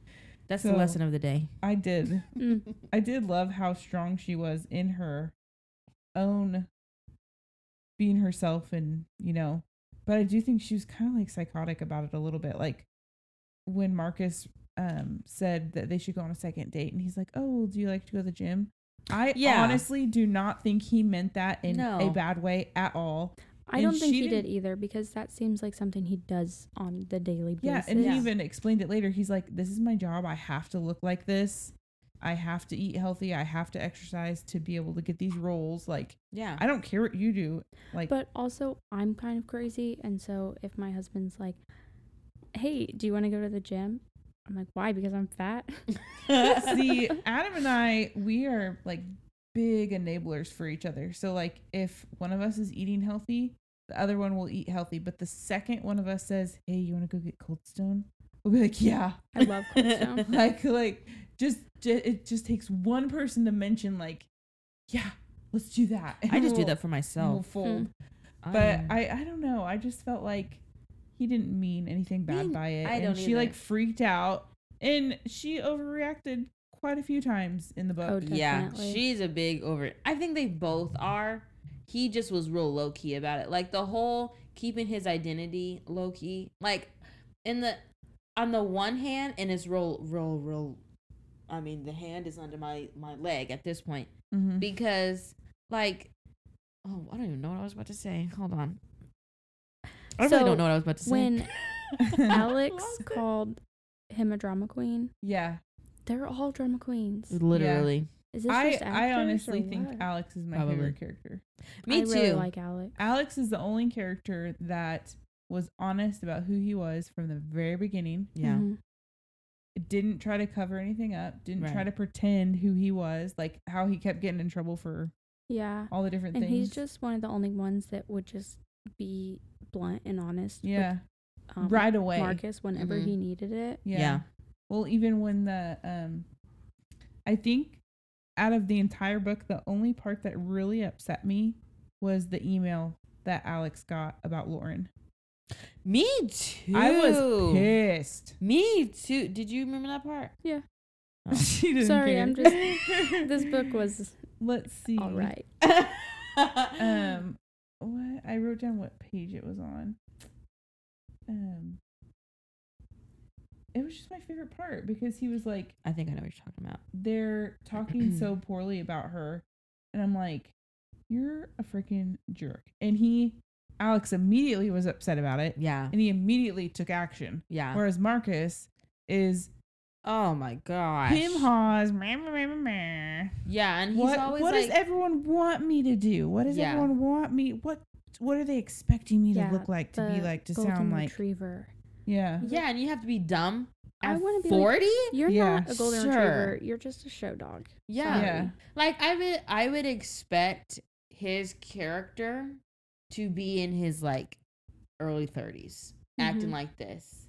Speaker 5: That's
Speaker 2: So-
Speaker 5: the lesson of the day.
Speaker 2: I did.
Speaker 3: Mm.
Speaker 2: I did love how strong she was in her own being herself and, you know, but I do think she was kind of like psychotic about it a little bit. Like when Marcus um said that they should go on a second date and he's like, "Oh, well, do you like to go to the gym?" I
Speaker 5: Yeah.
Speaker 2: honestly do not think he meant that in
Speaker 5: No.
Speaker 2: a bad way at all.
Speaker 3: I
Speaker 2: And
Speaker 3: don't think
Speaker 2: she
Speaker 3: he did
Speaker 2: didn't-
Speaker 3: either because that seems like something he does on the daily basis.
Speaker 2: Yeah, and he
Speaker 5: Yeah.
Speaker 2: even explained it later. He's like, "This is my job. I have to look like this. I have to eat healthy. I have to exercise to be able to get these roles. Like,
Speaker 5: Yeah.
Speaker 2: I don't care what you do. Like,
Speaker 3: But also, I'm kind of crazy, and so if my husband's like, "Hey, do you want to go to the gym?" I'm like, "Why? Because I'm fat."
Speaker 2: see, Adam and I, we are like big enablers for each other. So like, if one of us is eating healthy, the other one will eat healthy. But the second one of us says, "Hey, you want to go get Cold Stone?" We'll be like, "Yeah."
Speaker 3: I love Cold Stone.
Speaker 2: like like just ju- it just takes one person to mention like yeah let's do that
Speaker 5: I just do
Speaker 2: We'll-
Speaker 5: that for
Speaker 2: we'll
Speaker 5: myself.
Speaker 2: fold
Speaker 3: Hmm.
Speaker 2: but
Speaker 5: I'm-
Speaker 2: i i don't know i just felt like he didn't mean anything bad
Speaker 5: Me-
Speaker 2: by it
Speaker 5: I
Speaker 2: and
Speaker 5: don't
Speaker 2: she
Speaker 5: either.
Speaker 2: like freaked out and she overreacted quite a few times in the book
Speaker 3: Oh,
Speaker 5: yeah,
Speaker 3: Definitely.
Speaker 5: she's a big over. I think they both are. He just was real low key about it. Like the whole keeping his identity low key. Like in the on the one hand, and it's real, real, real. I mean, the hand is under my my leg at this point
Speaker 3: Mm.
Speaker 2: Mhm.
Speaker 5: because like. Oh, I don't even know what I was about to say. Hold on. I
Speaker 3: so
Speaker 5: really don't know what I was about to say.
Speaker 3: when Alex called him a drama queen,
Speaker 2: yeah
Speaker 3: they're all drama queens.
Speaker 5: Literally.
Speaker 3: Is this
Speaker 2: i
Speaker 3: just
Speaker 2: i
Speaker 3: actors
Speaker 2: honestly
Speaker 3: or
Speaker 2: think
Speaker 3: what?
Speaker 2: alex is my
Speaker 5: Probably.
Speaker 2: favorite character
Speaker 5: Me
Speaker 3: I
Speaker 5: too.
Speaker 3: Really like Alex.
Speaker 2: alex is the only character that was honest about who he was from the very beginning
Speaker 5: yeah.
Speaker 3: Mhm.
Speaker 2: didn't try to cover anything up, didn't try
Speaker 5: Right.
Speaker 2: to pretend who he was, like how he kept getting in trouble for
Speaker 3: Yeah.
Speaker 2: all the different
Speaker 3: And
Speaker 2: things.
Speaker 3: he's just one of the only ones that would just be blunt and honest. with,
Speaker 2: yeah,
Speaker 3: um,
Speaker 2: right away.
Speaker 3: Marcus whenever
Speaker 5: Mhm.
Speaker 3: he needed it.
Speaker 2: Yeah.
Speaker 5: Yeah.
Speaker 2: Well, even when the um I think out of the entire book, the only part that really upset me was the email that Alex got about Lauren.
Speaker 5: Me too.
Speaker 2: I was pissed.
Speaker 5: Me too. Did you remember that part?
Speaker 3: Yeah.
Speaker 5: Oh.
Speaker 2: she didn't
Speaker 3: Sorry,
Speaker 2: care.
Speaker 3: I'm just. this book was
Speaker 2: Let's see.
Speaker 3: all right.
Speaker 2: um what i wrote down what page it was on um it was just my favorite part because he was like
Speaker 5: I think I know what you're talking about.
Speaker 2: they're talking so poorly about her and i'm like you're a freaking jerk and he alex immediately was upset about it
Speaker 5: Yeah.
Speaker 2: and he immediately took action
Speaker 5: Yeah.
Speaker 2: whereas marcus is
Speaker 5: oh my gosh.
Speaker 2: him haws meh, meh, meh, meh, meh.
Speaker 5: Yeah, and he's
Speaker 2: what,
Speaker 5: always
Speaker 2: what
Speaker 5: like,
Speaker 2: does everyone want me to do? What does
Speaker 5: Yeah.
Speaker 2: everyone want me? What What are they expecting me
Speaker 3: Yeah,
Speaker 2: to look like? To be
Speaker 3: the
Speaker 2: like? To
Speaker 3: Golden
Speaker 2: sound like?
Speaker 3: retriever.
Speaker 2: Yeah.
Speaker 5: yeah, and you have to be dumb.
Speaker 3: I
Speaker 5: At
Speaker 3: wanna be like-
Speaker 5: forty.
Speaker 3: You're
Speaker 2: Yeah,
Speaker 3: not a golden
Speaker 5: sure.
Speaker 3: retriever. You're just a show dog.
Speaker 5: yeah.
Speaker 2: Yeah.
Speaker 5: Like I would, I would expect his character to be in his like early 30s acting
Speaker 2: Mm-hmm.
Speaker 3: Mhm.
Speaker 5: like this,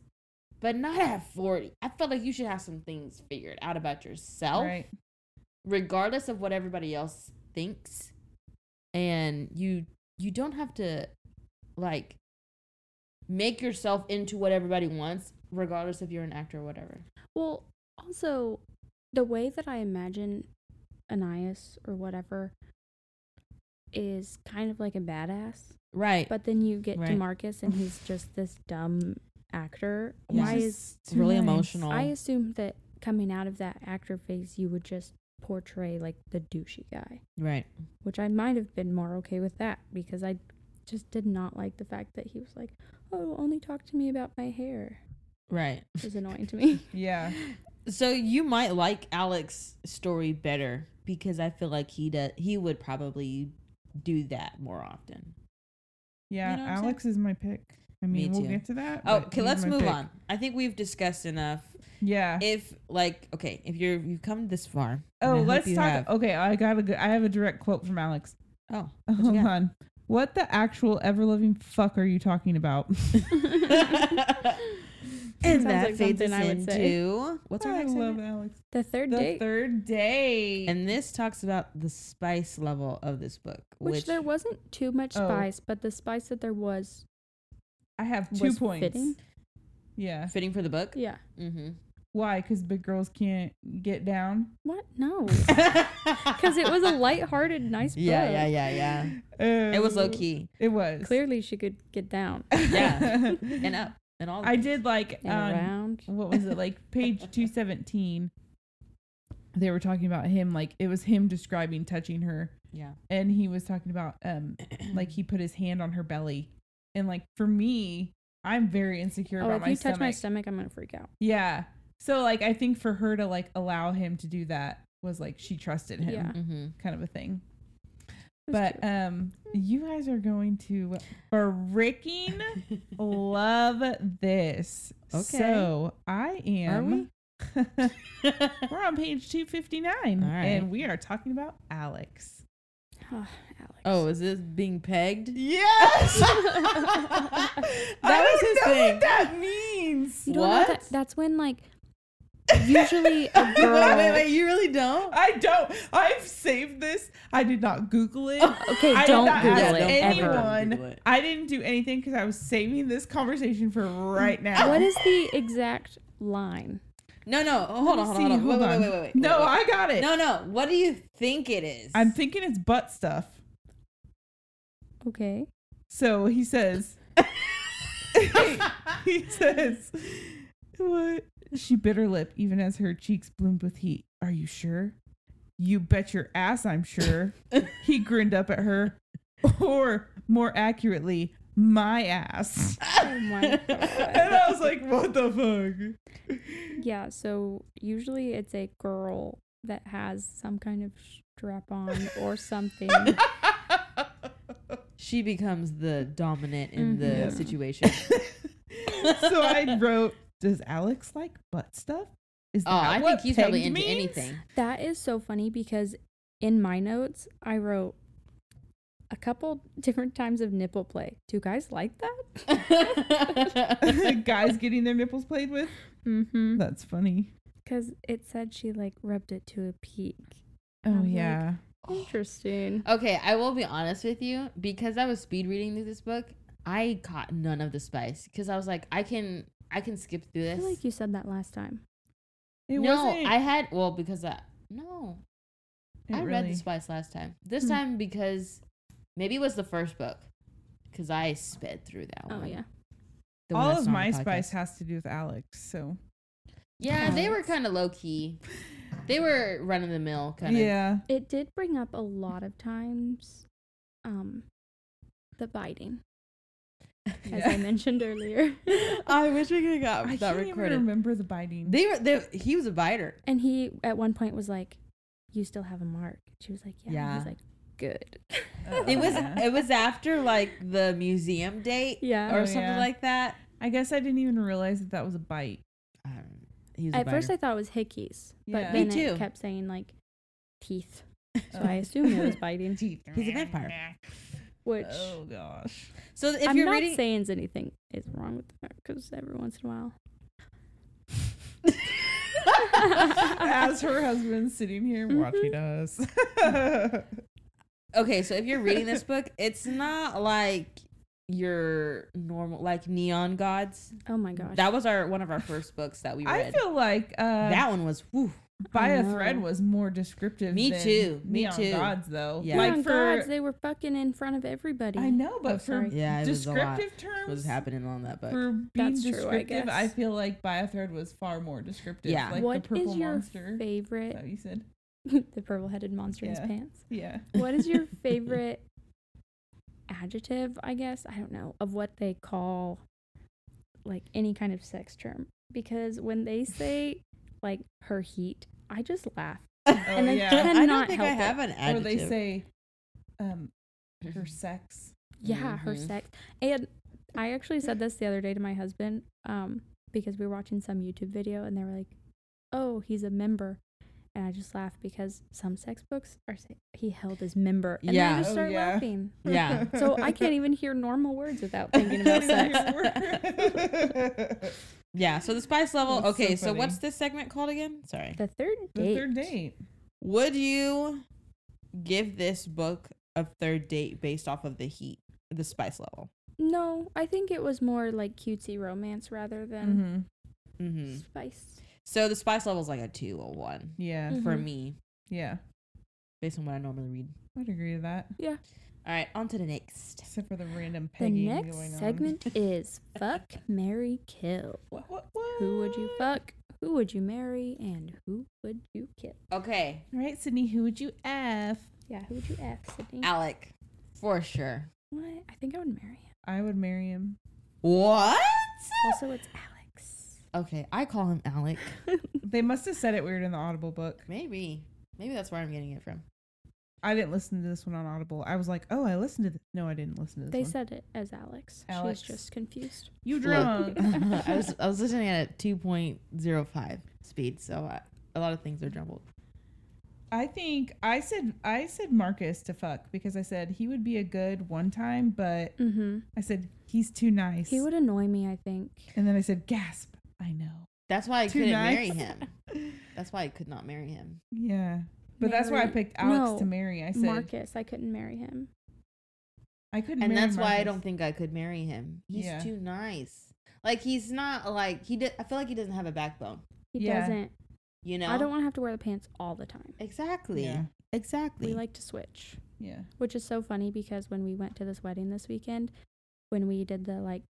Speaker 5: but not at forty. I felt like you should have some things figured out about yourself.
Speaker 2: Right.
Speaker 5: regardless of what everybody else thinks and you you don't have to like make yourself into what everybody wants regardless if you're an actor or whatever
Speaker 3: Well, also, the way that I imagine Anais or whatever is kind of like a badass.
Speaker 5: right
Speaker 3: But then you get to
Speaker 5: Right.
Speaker 3: Marcus and he's just this dumb actor.
Speaker 5: Yeah.
Speaker 3: Why
Speaker 5: He's
Speaker 3: is
Speaker 2: Too
Speaker 5: really
Speaker 2: nice.
Speaker 5: emotional
Speaker 3: I assume that coming out of that actor phase, you would just portray like the douchey guy,
Speaker 5: right
Speaker 3: which I might have been more okay with that because I just did not like the fact that he was like, oh, only talk to me about my hair.
Speaker 5: Right.
Speaker 3: It was annoying to me.
Speaker 2: Yeah.
Speaker 5: So you might like Alex's story better because I feel like he does. He would probably do that more often.
Speaker 2: Yeah.
Speaker 5: You know what I'm saying?
Speaker 2: Alex is my pick. I mean, we'll
Speaker 5: too.
Speaker 2: get to that.
Speaker 5: Oh,
Speaker 2: but
Speaker 5: okay,
Speaker 2: he's
Speaker 5: let's
Speaker 2: my
Speaker 5: move
Speaker 2: pick.
Speaker 5: on. I think we've discussed enough.
Speaker 2: Yeah.
Speaker 5: If like okay, if you're you've come this far. and I
Speaker 2: oh,
Speaker 5: hope
Speaker 2: let's
Speaker 5: you
Speaker 2: talk.
Speaker 5: have-
Speaker 2: Okay, I got a good. I have a direct quote from Alex.
Speaker 5: Oh, what
Speaker 2: Hold
Speaker 5: you got?
Speaker 2: on. What the actual ever loving fuck are you talking about?
Speaker 5: and
Speaker 3: Sounds
Speaker 5: that
Speaker 3: like
Speaker 5: fades us
Speaker 3: something I would say.
Speaker 5: into what's our
Speaker 2: I
Speaker 5: next
Speaker 2: love
Speaker 5: segment?
Speaker 2: Alex.
Speaker 3: the third
Speaker 2: The
Speaker 3: date,
Speaker 2: third day.
Speaker 5: And this talks about the spice level of this book,
Speaker 3: which,
Speaker 5: which,
Speaker 3: there wasn't too much
Speaker 2: Oh.
Speaker 3: spice, but the spice that there was
Speaker 2: I have two
Speaker 3: was
Speaker 2: points.
Speaker 3: fitting.
Speaker 2: Yeah.
Speaker 5: fitting for the book.
Speaker 3: Yeah.
Speaker 5: Mm-hmm.
Speaker 2: Why? Because big girls can't get down.
Speaker 3: What? No. Because it was a lighthearted, nice book.
Speaker 5: Mm-hmm. Yeah, yeah, yeah, yeah. It was
Speaker 3: Um,
Speaker 5: low key.
Speaker 2: It was
Speaker 3: Clearly, she could get down
Speaker 5: Yeah. and
Speaker 3: uh,
Speaker 5: up and all.
Speaker 2: I did like
Speaker 3: and
Speaker 2: um,
Speaker 3: around.
Speaker 2: what was it like page two seventeen. They were talking about him like it was him describing touching her,
Speaker 5: Yeah.
Speaker 2: and he was talking about um like he put his hand on her belly, and like for me, I'm very insecure
Speaker 3: Oh,
Speaker 2: about
Speaker 3: if
Speaker 2: my
Speaker 3: you
Speaker 2: stomach.
Speaker 3: touch my stomach, I'm gonna freak out.
Speaker 2: yeah, so like I think for her to like allow him to do that was like she trusted him,
Speaker 3: Yeah.
Speaker 5: Mm-hmm.
Speaker 2: kind of a thing.
Speaker 3: It was
Speaker 2: But
Speaker 3: cute.
Speaker 2: um, you guys are going to freaking love this.
Speaker 5: Okay.
Speaker 2: So I am. we? are on page two fifty nine,
Speaker 5: All right.
Speaker 2: and we are talking about Alex.
Speaker 3: oh, Alex.
Speaker 5: Oh, is this being pegged?
Speaker 2: Yes,
Speaker 5: That was his thing.
Speaker 2: What that means?
Speaker 3: you don't know
Speaker 5: what?
Speaker 3: that? That's when like usually a girl.
Speaker 5: you really don't?
Speaker 2: I don't. I've saved this. I did not Google it.
Speaker 3: Okay,
Speaker 2: I did
Speaker 3: don't
Speaker 2: not
Speaker 3: Google
Speaker 2: ask
Speaker 3: it
Speaker 2: anyone.
Speaker 3: ever.
Speaker 5: Google it.
Speaker 2: I didn't do anything because I was saving this conversation for right now.
Speaker 3: What is the exact line?
Speaker 5: No, no. oh, Hold on, hold on, hold on. Wait, wait, wait, wait, wait.
Speaker 2: No,
Speaker 5: wait,
Speaker 2: I got
Speaker 5: wait.
Speaker 2: it.
Speaker 5: No, no. What do you think it is?
Speaker 2: I'm thinking it's butt stuff.
Speaker 3: Okay.
Speaker 2: So he says, he says, what? She bit her lip even as her cheeks bloomed with heat. Are you sure? You bet your ass I'm sure. he grinned up at her. Or more accurately, my ass.
Speaker 3: Oh my god.
Speaker 2: And I was like, what the fuck?
Speaker 3: Yeah. So usually it's a girl that has some kind of strap on or something.
Speaker 5: she becomes the dominant in
Speaker 2: Mm-hmm.
Speaker 5: the
Speaker 3: Mhm.
Speaker 5: situation.
Speaker 2: so I wrote, does Alex like butt stuff? Is
Speaker 5: Oh, I think
Speaker 2: what
Speaker 5: he's probably
Speaker 2: pegged
Speaker 5: into
Speaker 2: means?
Speaker 5: anything.
Speaker 3: That is so funny because in my notes I wrote a couple different times of nipple play. Do guys like that?
Speaker 2: Guys getting their nipples played with?
Speaker 3: Mm-hmm.
Speaker 2: That's funny.
Speaker 3: Because it said she like rubbed it to a peak. I
Speaker 2: Oh
Speaker 3: was like,
Speaker 2: yeah.
Speaker 3: Interesting.
Speaker 5: okay, I will be honest with you because I was speed reading through this book. I caught none of the spice because I was like, I can, I can skip through
Speaker 3: I
Speaker 5: this.
Speaker 3: feel like you said that last time.
Speaker 2: It
Speaker 5: no,
Speaker 2: wasn't.
Speaker 5: I had well because I no,
Speaker 2: it
Speaker 5: I read
Speaker 2: really-
Speaker 5: the spice last time. This
Speaker 3: Hmm.
Speaker 5: time because maybe it was the first book because I sped through that one.
Speaker 3: Oh yeah.
Speaker 5: The one
Speaker 2: All
Speaker 5: that's
Speaker 2: of
Speaker 5: not on
Speaker 2: my
Speaker 5: the podcast.
Speaker 2: spice has to do with Alex. So
Speaker 5: Yeah, they were
Speaker 3: Alex.
Speaker 5: kind of low key. They were run of the mill kind of.
Speaker 2: yeah,
Speaker 3: It did bring up a lot of times um the biting. As I mentioned earlier.
Speaker 5: I wish we could have
Speaker 2: I can't even remember the biting.
Speaker 5: They were. They, he was a biter.
Speaker 3: and he at one point was like, You still have a mark. She was like, Yeah.
Speaker 5: Yeah.
Speaker 3: He was like, Good.
Speaker 5: It was.
Speaker 2: Uh, Yeah.
Speaker 5: It was after like the museum date
Speaker 3: Yeah.
Speaker 5: or
Speaker 2: Oh,
Speaker 5: something
Speaker 2: yeah.
Speaker 5: like that.
Speaker 2: I guess I didn't even realize that that was a bite.
Speaker 5: Um, he was a
Speaker 3: At first
Speaker 5: biter.
Speaker 3: I thought it was hickeys.
Speaker 2: Yeah.
Speaker 3: But
Speaker 5: Me
Speaker 3: then
Speaker 5: too.
Speaker 3: it kept saying like teeth. So I assumed it was biting.
Speaker 2: Teeth.
Speaker 5: He's a vampire.
Speaker 3: Which
Speaker 2: Oh gosh.
Speaker 5: so if
Speaker 3: I'm
Speaker 5: you're
Speaker 3: not
Speaker 5: reading,
Speaker 3: saying anything is wrong with that because every once in a while.
Speaker 2: As her husband's sitting here
Speaker 5: Mm-hmm.
Speaker 2: watching us.
Speaker 5: okay, so if you're reading this book, it's not like your normal like neon gods.
Speaker 3: Oh my gosh.
Speaker 5: That was our one of our first books that we read.
Speaker 2: I feel like uh,
Speaker 5: that one was whew,
Speaker 2: by
Speaker 3: I
Speaker 2: a
Speaker 3: know.
Speaker 2: thread was more descriptive.
Speaker 5: Me
Speaker 2: than
Speaker 5: too. Me
Speaker 2: Neon
Speaker 5: too.
Speaker 2: Gods though.
Speaker 5: Yeah.
Speaker 2: Like
Speaker 3: Neon
Speaker 2: for
Speaker 3: Oh, gods, they were fucking in front of everybody.
Speaker 2: I know, but
Speaker 3: Oh,
Speaker 2: for
Speaker 3: sorry.
Speaker 5: Yeah, it was a lot.
Speaker 2: descriptive terms,
Speaker 5: was happening on that book.
Speaker 2: for being
Speaker 3: That's true, I
Speaker 2: descriptive, I,
Speaker 3: guess.
Speaker 2: feel like Biothread was far more descriptive.
Speaker 5: Yeah.
Speaker 2: like
Speaker 3: What
Speaker 2: the purple
Speaker 3: is your
Speaker 2: monster.
Speaker 3: favorite?
Speaker 2: So you said,
Speaker 3: the purple-headed monster in
Speaker 2: Yeah.
Speaker 3: his pants.
Speaker 2: yeah.
Speaker 3: What is your favorite adjective? I guess I don't know of what they call like any kind of sex term because when they say like her heat, I just laugh. and I
Speaker 2: Oh, yeah.
Speaker 3: cannot
Speaker 5: I don't think I
Speaker 3: help it.
Speaker 5: have an
Speaker 2: Or
Speaker 5: adjective.
Speaker 2: they say, um,
Speaker 3: Mm-hmm.
Speaker 2: her sex.
Speaker 3: Yeah, her
Speaker 2: Mm-hmm.
Speaker 5: Mhm.
Speaker 3: sex. And I actually said this the other day to my husband um, because we were watching some YouTube video and they were like, oh, he's a member. And I just laughed because some sex books are say he held his member. And then
Speaker 5: Yeah.
Speaker 3: I just
Speaker 2: Oh,
Speaker 3: start
Speaker 2: yeah.
Speaker 3: laughing.
Speaker 5: yeah.
Speaker 3: So I can't even hear normal words without thinking about sex.
Speaker 5: Yeah. So the spice level.
Speaker 2: That's so
Speaker 5: okay. So,
Speaker 2: funny.
Speaker 5: what's this segment called again? Sorry.
Speaker 3: The third
Speaker 2: the
Speaker 3: date.
Speaker 2: third date.
Speaker 5: Would you give this book a third date based off of the heat, the spice level?
Speaker 3: No, I think it was more like cutesy romance rather than
Speaker 2: Mhm.
Speaker 5: Mm-hmm.
Speaker 3: spice.
Speaker 5: So the spice level is like a two or one
Speaker 2: Yeah,
Speaker 5: for
Speaker 3: Mhm.
Speaker 5: me,
Speaker 2: yeah.
Speaker 5: based on what I normally read.
Speaker 2: I'd agree to that.
Speaker 5: All right. On to the next.
Speaker 2: Except for the random
Speaker 3: The
Speaker 2: pegging
Speaker 3: next
Speaker 2: going on.
Speaker 3: segment is fuck, marry, kill.
Speaker 2: What, what, what?
Speaker 3: Who would you fuck? Who would you marry? And who would you kill?
Speaker 5: Okay,
Speaker 2: All right, Sydney. Who would you f?
Speaker 3: Yeah, who would you F, Sydney?
Speaker 5: Alec, for sure.
Speaker 3: What? I think I would marry him.
Speaker 2: I would marry him.
Speaker 5: What?
Speaker 3: Also, it's Alex.
Speaker 5: Okay, I call him Alec.
Speaker 2: They must have said it weird in the Audible book.
Speaker 5: Maybe. Maybe that's where I'm getting it from.
Speaker 2: I didn't listen to this one on Audible. I was like, oh, I listened to this. No, I didn't listen to this
Speaker 3: They
Speaker 2: one.
Speaker 3: said it as Alex.
Speaker 2: Alex.
Speaker 3: She's just confused.
Speaker 2: you drunk.
Speaker 5: I was I was listening at a 2.05 speed, so I, a lot of things are jumbled.
Speaker 2: I think I said I said Marcus to fuck because I said he would be a good one time, but
Speaker 3: Mm-hmm.
Speaker 2: I said he's too nice.
Speaker 3: He would annoy me, I think.
Speaker 2: and then I said gasp. I know.
Speaker 5: That's why I
Speaker 2: Too
Speaker 5: couldn't
Speaker 2: nice.
Speaker 5: marry him. That's why I could not marry him.
Speaker 2: Yeah, but that's why I
Speaker 3: Marry-
Speaker 2: picked Alex
Speaker 3: No,
Speaker 2: to marry. I said
Speaker 3: Marcus. I couldn't marry him.
Speaker 2: I couldn't,
Speaker 5: And
Speaker 2: marry
Speaker 5: that's why I
Speaker 2: Marcus.
Speaker 5: don't think I could marry him. He's
Speaker 2: Yeah.
Speaker 5: too nice. Like he's not like he did I feel like he doesn't have a backbone,
Speaker 3: He
Speaker 2: Yeah.
Speaker 3: doesn't.
Speaker 5: you know?
Speaker 3: I don't want to have to wear the pants all the time.
Speaker 5: Exactly.
Speaker 2: Yeah.
Speaker 5: Exactly.
Speaker 3: We like to switch.
Speaker 2: Yeah,
Speaker 3: which is so funny because when we went to this wedding this weekend when we did the like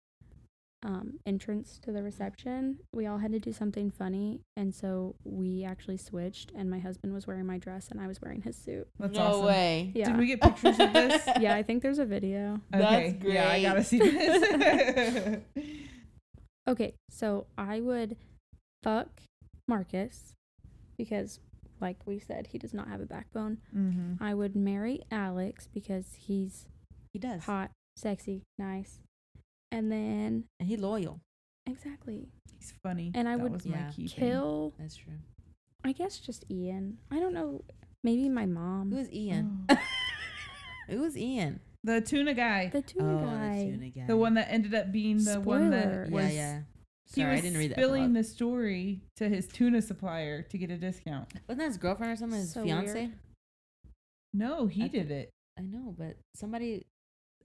Speaker 3: um entrance to the reception we all had to do something funny and so we actually switched and my husband was wearing my dress and i was wearing his suit
Speaker 2: that's
Speaker 5: no
Speaker 2: awesome.
Speaker 5: way.
Speaker 3: yeah
Speaker 2: Did we get pictures of this?
Speaker 3: yeah i think there's a video
Speaker 2: Okay,
Speaker 5: That's
Speaker 2: Yeah, I
Speaker 5: great.
Speaker 2: gotta see this.
Speaker 3: okay so i would fuck marcus because like we said he does not have a backbone
Speaker 2: mm-hmm.
Speaker 3: i would marry alex because he's
Speaker 5: He does.
Speaker 3: hot sexy nice and then
Speaker 5: And he loyal.
Speaker 3: exactly
Speaker 2: He's funny.
Speaker 3: And I
Speaker 2: That
Speaker 3: would
Speaker 2: was
Speaker 5: Yeah.
Speaker 2: my key thing.
Speaker 3: kill
Speaker 5: That's true.
Speaker 3: I guess just Ian. I don't know. Maybe my
Speaker 5: Who
Speaker 3: mom.
Speaker 5: is Ian?
Speaker 2: Oh.
Speaker 5: Who is Ian?
Speaker 2: the tuna guy,
Speaker 3: The tuna
Speaker 5: Oh,
Speaker 3: guy.
Speaker 5: Tuna guy.
Speaker 2: the one that ended up being the one
Speaker 3: Spoiler.
Speaker 2: that
Speaker 5: Yeah,
Speaker 2: was
Speaker 5: yeah.
Speaker 2: He
Speaker 5: Sorry,
Speaker 2: was
Speaker 5: I didn't read that.
Speaker 2: spilling
Speaker 5: Spilling
Speaker 2: the story to his tuna supplier to get a discount.
Speaker 5: Wasn't that his girlfriend or something? His
Speaker 3: So
Speaker 5: fiance?
Speaker 3: weird.
Speaker 2: No, he
Speaker 5: I
Speaker 2: did it.
Speaker 5: I know, but somebody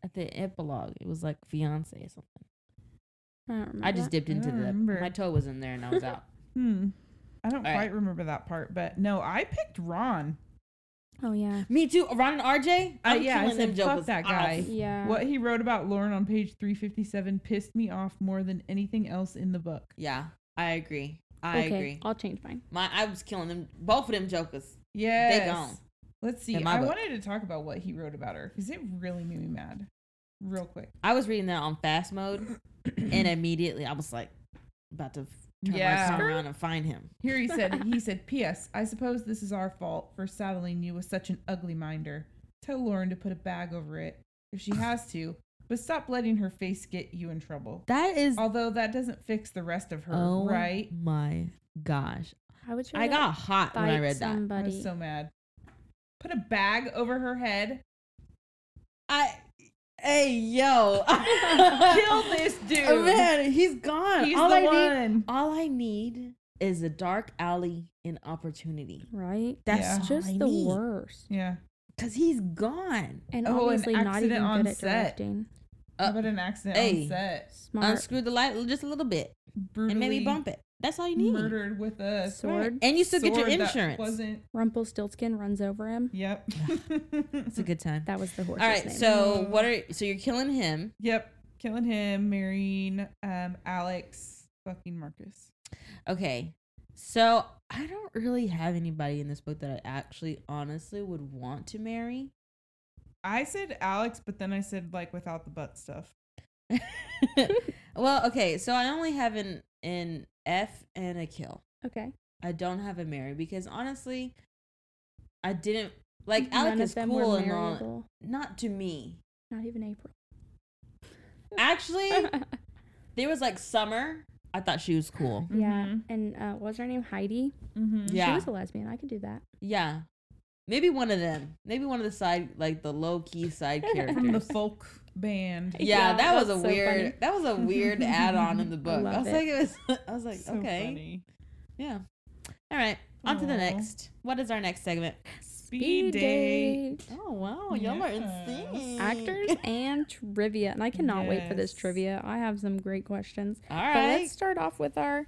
Speaker 5: at the epilogue, it was like fiance or something.
Speaker 3: I don't remember.
Speaker 5: I just
Speaker 3: that.
Speaker 5: dipped
Speaker 2: I
Speaker 5: into
Speaker 2: don't
Speaker 5: the
Speaker 2: remember.
Speaker 5: my toe was in there and I was out.
Speaker 2: Hmm. I don't
Speaker 5: All right.
Speaker 2: quite remember that part, but no, I picked Ron.
Speaker 3: Oh yeah.
Speaker 5: Me too. Ron and RJ.
Speaker 2: Uh,
Speaker 5: I'm
Speaker 2: yeah, I
Speaker 5: killing them
Speaker 2: said,
Speaker 5: jokers
Speaker 2: "Fuck that
Speaker 5: off."
Speaker 2: guy."
Speaker 5: Uh-huh.
Speaker 3: Yeah.
Speaker 2: What he wrote about Lauren on page 357 pissed me off more than anything else in the book.
Speaker 5: Yeah, I agree. I
Speaker 3: okay.
Speaker 5: agree.
Speaker 3: I'll change mine.
Speaker 5: My I was killing them both of them jokers.
Speaker 2: Yes.
Speaker 5: gone.
Speaker 2: Let's see.
Speaker 5: In my
Speaker 2: I
Speaker 5: book.
Speaker 2: wanted to talk about what he wrote about her because it really made me mad. Real quick.
Speaker 5: I was reading that on fast mode, and immediately I was like, about to f- turn
Speaker 2: Yeah.
Speaker 5: my phone around and find him.
Speaker 2: Here he said, he said, P.S. I suppose this is our fault for saddling you with such an ugly minder. Tell Lauren to put a bag over it if she has to, but stop letting her face get you in trouble.
Speaker 5: That is
Speaker 2: Although that doesn't fix the rest of her,
Speaker 5: Oh,
Speaker 2: right?
Speaker 5: my gosh.
Speaker 3: I would try
Speaker 5: I
Speaker 3: to
Speaker 5: got hot
Speaker 3: bite
Speaker 5: when I read that.
Speaker 2: I
Speaker 3: somebody.
Speaker 2: was so mad. Put a bag over her head.
Speaker 5: I hey yo
Speaker 2: Kill this dude.
Speaker 5: Oh, man, he's gone.
Speaker 2: He's
Speaker 5: all
Speaker 2: the
Speaker 5: I need
Speaker 2: one.
Speaker 5: all I need is a dark alley and opportunity.
Speaker 3: Right.
Speaker 5: That's
Speaker 2: Yeah.
Speaker 5: all
Speaker 3: just
Speaker 5: I
Speaker 3: the
Speaker 5: need.
Speaker 3: worst.
Speaker 2: Yeah.
Speaker 5: Cause he's gone.
Speaker 3: And
Speaker 2: Oh, an
Speaker 3: obviously not
Speaker 2: accident
Speaker 3: even
Speaker 2: on
Speaker 3: good at
Speaker 2: set.
Speaker 3: directing.
Speaker 2: How
Speaker 5: Uh,
Speaker 2: about an accident
Speaker 5: hey.
Speaker 2: on set?
Speaker 3: Smart.
Speaker 5: Unscrew the light just a little bit
Speaker 2: Brutally
Speaker 5: and maybe bump it. That's all you need.
Speaker 2: murdered with a
Speaker 3: Sword.
Speaker 5: And you still get your
Speaker 2: sword that
Speaker 5: insurance.
Speaker 2: Wasn't.
Speaker 3: Rumpelstiltskin runs over him.
Speaker 2: Yep.
Speaker 5: It's a good time.
Speaker 3: That was the horse's
Speaker 5: all right,
Speaker 3: name.
Speaker 5: so what are so you're killing him?
Speaker 2: Yep. Killing him, marrying um Alex, fucking Marcus.
Speaker 5: Okay, so I don't really have anybody in this book that I actually honestly would want to marry.
Speaker 2: I said Alex, but then I said like without the butt stuff.
Speaker 5: Well, okay, so I only have an an F and a kill.
Speaker 3: Okay.
Speaker 5: I don't have a Mary because honestly, I didn't like
Speaker 3: None
Speaker 5: Alec
Speaker 3: of
Speaker 5: is
Speaker 3: them were
Speaker 5: cool and all.
Speaker 3: marryable.
Speaker 5: Not to me.
Speaker 3: Not even April.
Speaker 5: Actually, there was like Summer. I thought she was cool.
Speaker 3: Yeah.
Speaker 2: Mhm.
Speaker 3: And uh, what was her name? Heidi.
Speaker 2: Mm-hmm.
Speaker 5: Mm-hmm. Yeah,
Speaker 3: Mm, She was a lesbian. I could do that.
Speaker 5: yeah. Maybe one of them. Maybe one of the side, like the low key side
Speaker 2: From the
Speaker 5: characters.
Speaker 2: folk band.
Speaker 5: yeah,
Speaker 3: Yeah,
Speaker 5: that was a
Speaker 3: that's so
Speaker 5: weird.
Speaker 3: funny.
Speaker 5: That was a weird add on in the book. I,
Speaker 3: love
Speaker 5: was
Speaker 3: it.
Speaker 5: like, it was. I was like,
Speaker 2: So
Speaker 5: okay,
Speaker 2: funny.
Speaker 5: yeah. All right, on to the
Speaker 2: Aw.
Speaker 5: next. What is our next segment?
Speaker 2: Speed date.
Speaker 5: Oh wow, y'all are in
Speaker 2: Yes.
Speaker 5: sync.
Speaker 3: Actors and trivia. And I cannot wait for this
Speaker 2: Yes.
Speaker 3: trivia. I have some great questions.
Speaker 5: All
Speaker 3: But
Speaker 5: right.
Speaker 3: let's start off with our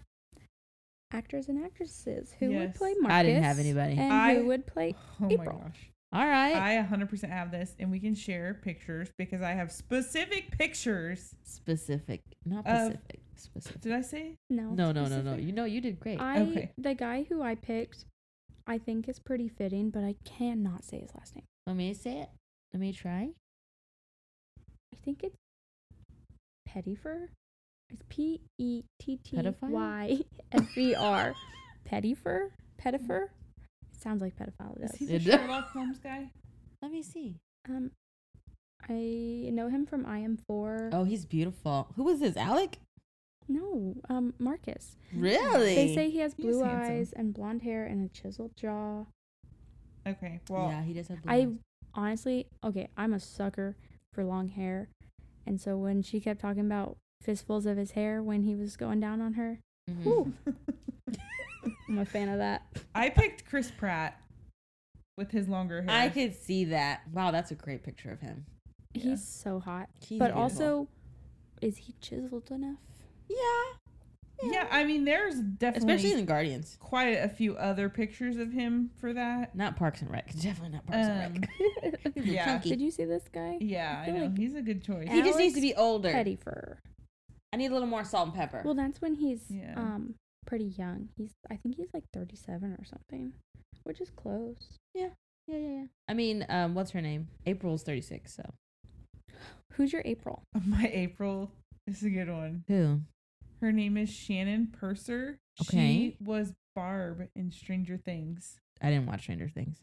Speaker 3: actors and actresses. Who would
Speaker 2: Yes.
Speaker 3: play Marcus?
Speaker 5: I didn't have anybody.
Speaker 3: And
Speaker 2: I-
Speaker 3: who would play?
Speaker 2: Oh
Speaker 3: April.
Speaker 2: my gosh.
Speaker 5: All right.
Speaker 2: I 100% have this, and we can share pictures because I have specific pictures.
Speaker 5: Specific, not
Speaker 2: Of-
Speaker 5: specific. Specific.
Speaker 2: Did I say?
Speaker 3: No.
Speaker 5: No, no, no, no.
Speaker 3: specific.
Speaker 5: You know, you did great.
Speaker 3: I
Speaker 2: Okay.
Speaker 3: the guy who I picked, I think is pretty fitting, but I cannot say his last name.
Speaker 5: Let me to say it. Let me try.
Speaker 3: I think it's Pettifer. It's P E T T
Speaker 5: Pedophile?
Speaker 3: Y F E R. Pettifer. Pettifer. It sounds like pedophile. It
Speaker 2: Is
Speaker 3: does.
Speaker 2: he the
Speaker 5: It-
Speaker 2: Sherlock Holmes guy?
Speaker 5: Let me see.
Speaker 3: Um, I know him from I Am Four.
Speaker 5: Oh, he's beautiful. Who was this? Alec?
Speaker 3: No, um, Marcus.
Speaker 5: Really?
Speaker 3: They say he has
Speaker 2: He's
Speaker 3: blue
Speaker 2: handsome.
Speaker 3: eyes and blonde hair and a chiseled jaw.
Speaker 2: Okay. Well,
Speaker 5: yeah, he does have. Blue
Speaker 3: I
Speaker 5: eyes.
Speaker 3: honestly, okay, I'm a sucker for long hair, and so when she kept talking about fistfuls of his hair when he was going down on her,
Speaker 5: Mhm.
Speaker 3: whew, I'm a fan of that.
Speaker 2: I picked Chris Pratt with his longer hair.
Speaker 5: I could see that. Wow, that's a great picture of him.
Speaker 2: Yeah.
Speaker 3: He's so hot,
Speaker 5: He's
Speaker 3: but
Speaker 5: beautiful.
Speaker 3: also, is he chiseled enough?
Speaker 5: yeah,
Speaker 2: Yeah, I mean, there's definitely
Speaker 5: especially in Guardians.
Speaker 2: quite a few other pictures of him for that.
Speaker 5: Not Parks and Rec. Definitely not Parks and
Speaker 2: Um,
Speaker 5: Rec. He's
Speaker 2: yeah.
Speaker 5: chunky.
Speaker 3: Did you see this guy?
Speaker 2: yeah,
Speaker 3: I
Speaker 2: I
Speaker 3: feel
Speaker 2: know.
Speaker 3: like
Speaker 2: He's a good choice.
Speaker 5: He just needs
Speaker 3: Alex
Speaker 5: to be older.
Speaker 3: Pettifer.
Speaker 5: I need a little more salt and pepper.
Speaker 3: Well, that's when he's
Speaker 2: Yeah.
Speaker 3: um pretty young. He's I think he's like 37 or something, which is close.
Speaker 5: yeah, yeah, yeah. I mean, um, what's her name? April's thirty six. So
Speaker 3: Who's your April?
Speaker 2: My April this is a good one.
Speaker 5: who?
Speaker 2: Her name is Shannon Purser.
Speaker 5: Okay.
Speaker 2: She was Barb in Stranger Things.
Speaker 5: I didn't watch Stranger Things.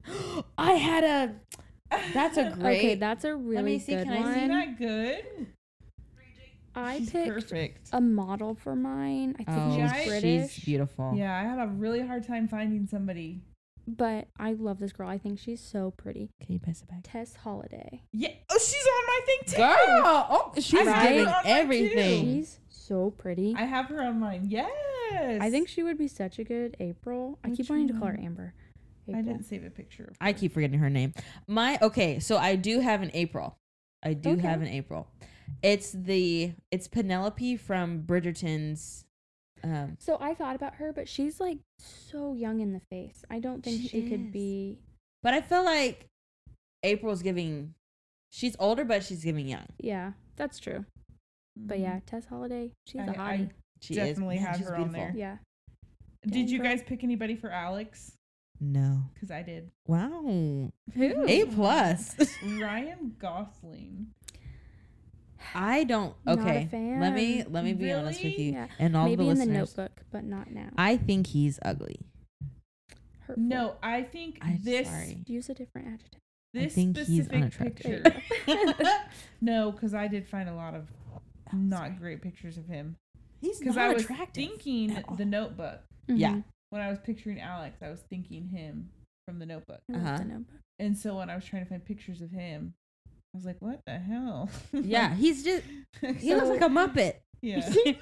Speaker 5: I had a. That's a great.
Speaker 3: Okay, that's a really
Speaker 5: see,
Speaker 3: good
Speaker 5: can I see
Speaker 2: Isn't
Speaker 3: one. I,
Speaker 2: that good? She's
Speaker 3: picked
Speaker 2: perfect.
Speaker 3: a model for mine. I think
Speaker 5: oh,
Speaker 3: she's
Speaker 2: she's
Speaker 3: British,
Speaker 5: she's beautiful.
Speaker 2: Yeah, I had a really hard time finding somebody.
Speaker 3: but I love this girl. I think she's so pretty.
Speaker 5: Can you pass it back?
Speaker 3: Tess Holiday.
Speaker 2: Yeah. Oh, she's on my thing too.
Speaker 5: Girl, oh, she's
Speaker 2: Right?
Speaker 5: giving
Speaker 2: Right?
Speaker 5: everything.
Speaker 3: She's so pretty.
Speaker 2: I
Speaker 3: I,
Speaker 2: have her on mine. Yes.
Speaker 3: think she would be such a good April. I
Speaker 2: Which
Speaker 3: keep wanting to call her
Speaker 2: one?
Speaker 3: Amber.
Speaker 2: I
Speaker 3: April.
Speaker 2: didn't save a picture. Of her.
Speaker 5: I keep forgetting her name. My okay, so I do have an April. I do
Speaker 3: Okay.
Speaker 5: have an April. It's the it's Penelope from Bridgerton's. Um,
Speaker 3: So I thought about her, but she's like so young in the face. I don't think
Speaker 5: She
Speaker 3: she, could
Speaker 5: is.
Speaker 3: be.
Speaker 5: but I feel like April's giving. She's older, but she's giving young.
Speaker 3: Yeah, that's true. But yeah, Tess Holiday, she's a
Speaker 2: Mm-hmm. I-
Speaker 3: hottie.
Speaker 2: I
Speaker 5: She
Speaker 2: Definitely
Speaker 5: is, man,
Speaker 2: have
Speaker 5: she's
Speaker 2: her on
Speaker 5: beautiful.
Speaker 2: there.
Speaker 3: yeah.
Speaker 2: Did you
Speaker 3: Amber.
Speaker 2: guys pick anybody for Alex?
Speaker 5: No.
Speaker 2: Because I did.
Speaker 5: Wow.
Speaker 3: Who?
Speaker 5: A plus.
Speaker 2: Ryan Gosling.
Speaker 5: I don't.
Speaker 3: Not a
Speaker 5: Okay. Let me
Speaker 3: fan.
Speaker 5: let me be honest with
Speaker 2: Really?
Speaker 5: you
Speaker 3: Yeah.
Speaker 5: and all
Speaker 3: Maybe
Speaker 5: the
Speaker 3: in
Speaker 5: listeners.
Speaker 3: the notebook, but not now.
Speaker 5: I think he's ugly.
Speaker 3: Hurtful.
Speaker 2: No, I think
Speaker 5: I'm
Speaker 2: this
Speaker 5: sorry.
Speaker 3: Use a different adjective.
Speaker 5: I
Speaker 2: this
Speaker 5: think he's
Speaker 2: specific
Speaker 5: unattractive.
Speaker 2: picture.
Speaker 3: There
Speaker 2: no, because I did find a lot of not
Speaker 5: sorry.
Speaker 2: great pictures of him.
Speaker 5: He's
Speaker 2: Because I was
Speaker 5: at
Speaker 2: thinking
Speaker 5: all.
Speaker 2: the Notebook
Speaker 5: Yeah.
Speaker 3: Mhm.
Speaker 2: when I was picturing Alex. I was thinking him from the Notebook,
Speaker 3: I love the
Speaker 5: Uh-huh.
Speaker 3: notebook.
Speaker 2: and so when I was trying to find pictures of him, I was like, "What the hell?"
Speaker 5: Yeah, he's just he
Speaker 2: So-
Speaker 5: looks like a muppet.
Speaker 2: yeah.
Speaker 5: They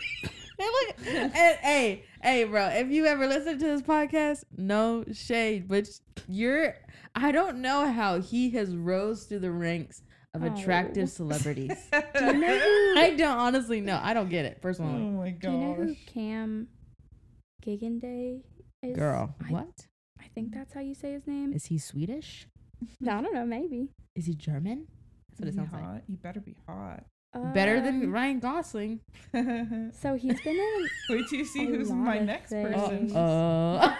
Speaker 5: look- and, hey, hey, bro! If you ever listen to this podcast, no shade, but you're I don't know how he has rose through the ranks of attractive
Speaker 3: Oh.
Speaker 5: celebrities.
Speaker 3: Do you know who,
Speaker 5: I don't honestly know. I don't get it
Speaker 2: Oh
Speaker 5: personally.
Speaker 2: my
Speaker 3: do you know who
Speaker 2: gosh.
Speaker 3: Cam Giganday is?
Speaker 5: Girl,
Speaker 3: I,
Speaker 5: what
Speaker 3: I think that's how you say his name.
Speaker 5: is he Swedish?
Speaker 3: I don't know, maybe.
Speaker 5: Is he German? That's what
Speaker 2: Is
Speaker 5: it
Speaker 2: he
Speaker 5: sounds like.
Speaker 2: hot? You better be hot.
Speaker 5: Better
Speaker 3: Um,
Speaker 5: than Ryan Gosling.
Speaker 3: So he's been in
Speaker 2: Wait till you see
Speaker 3: A
Speaker 2: who's
Speaker 3: lot
Speaker 2: my
Speaker 3: of
Speaker 2: next
Speaker 3: things.
Speaker 2: person.
Speaker 5: Oh.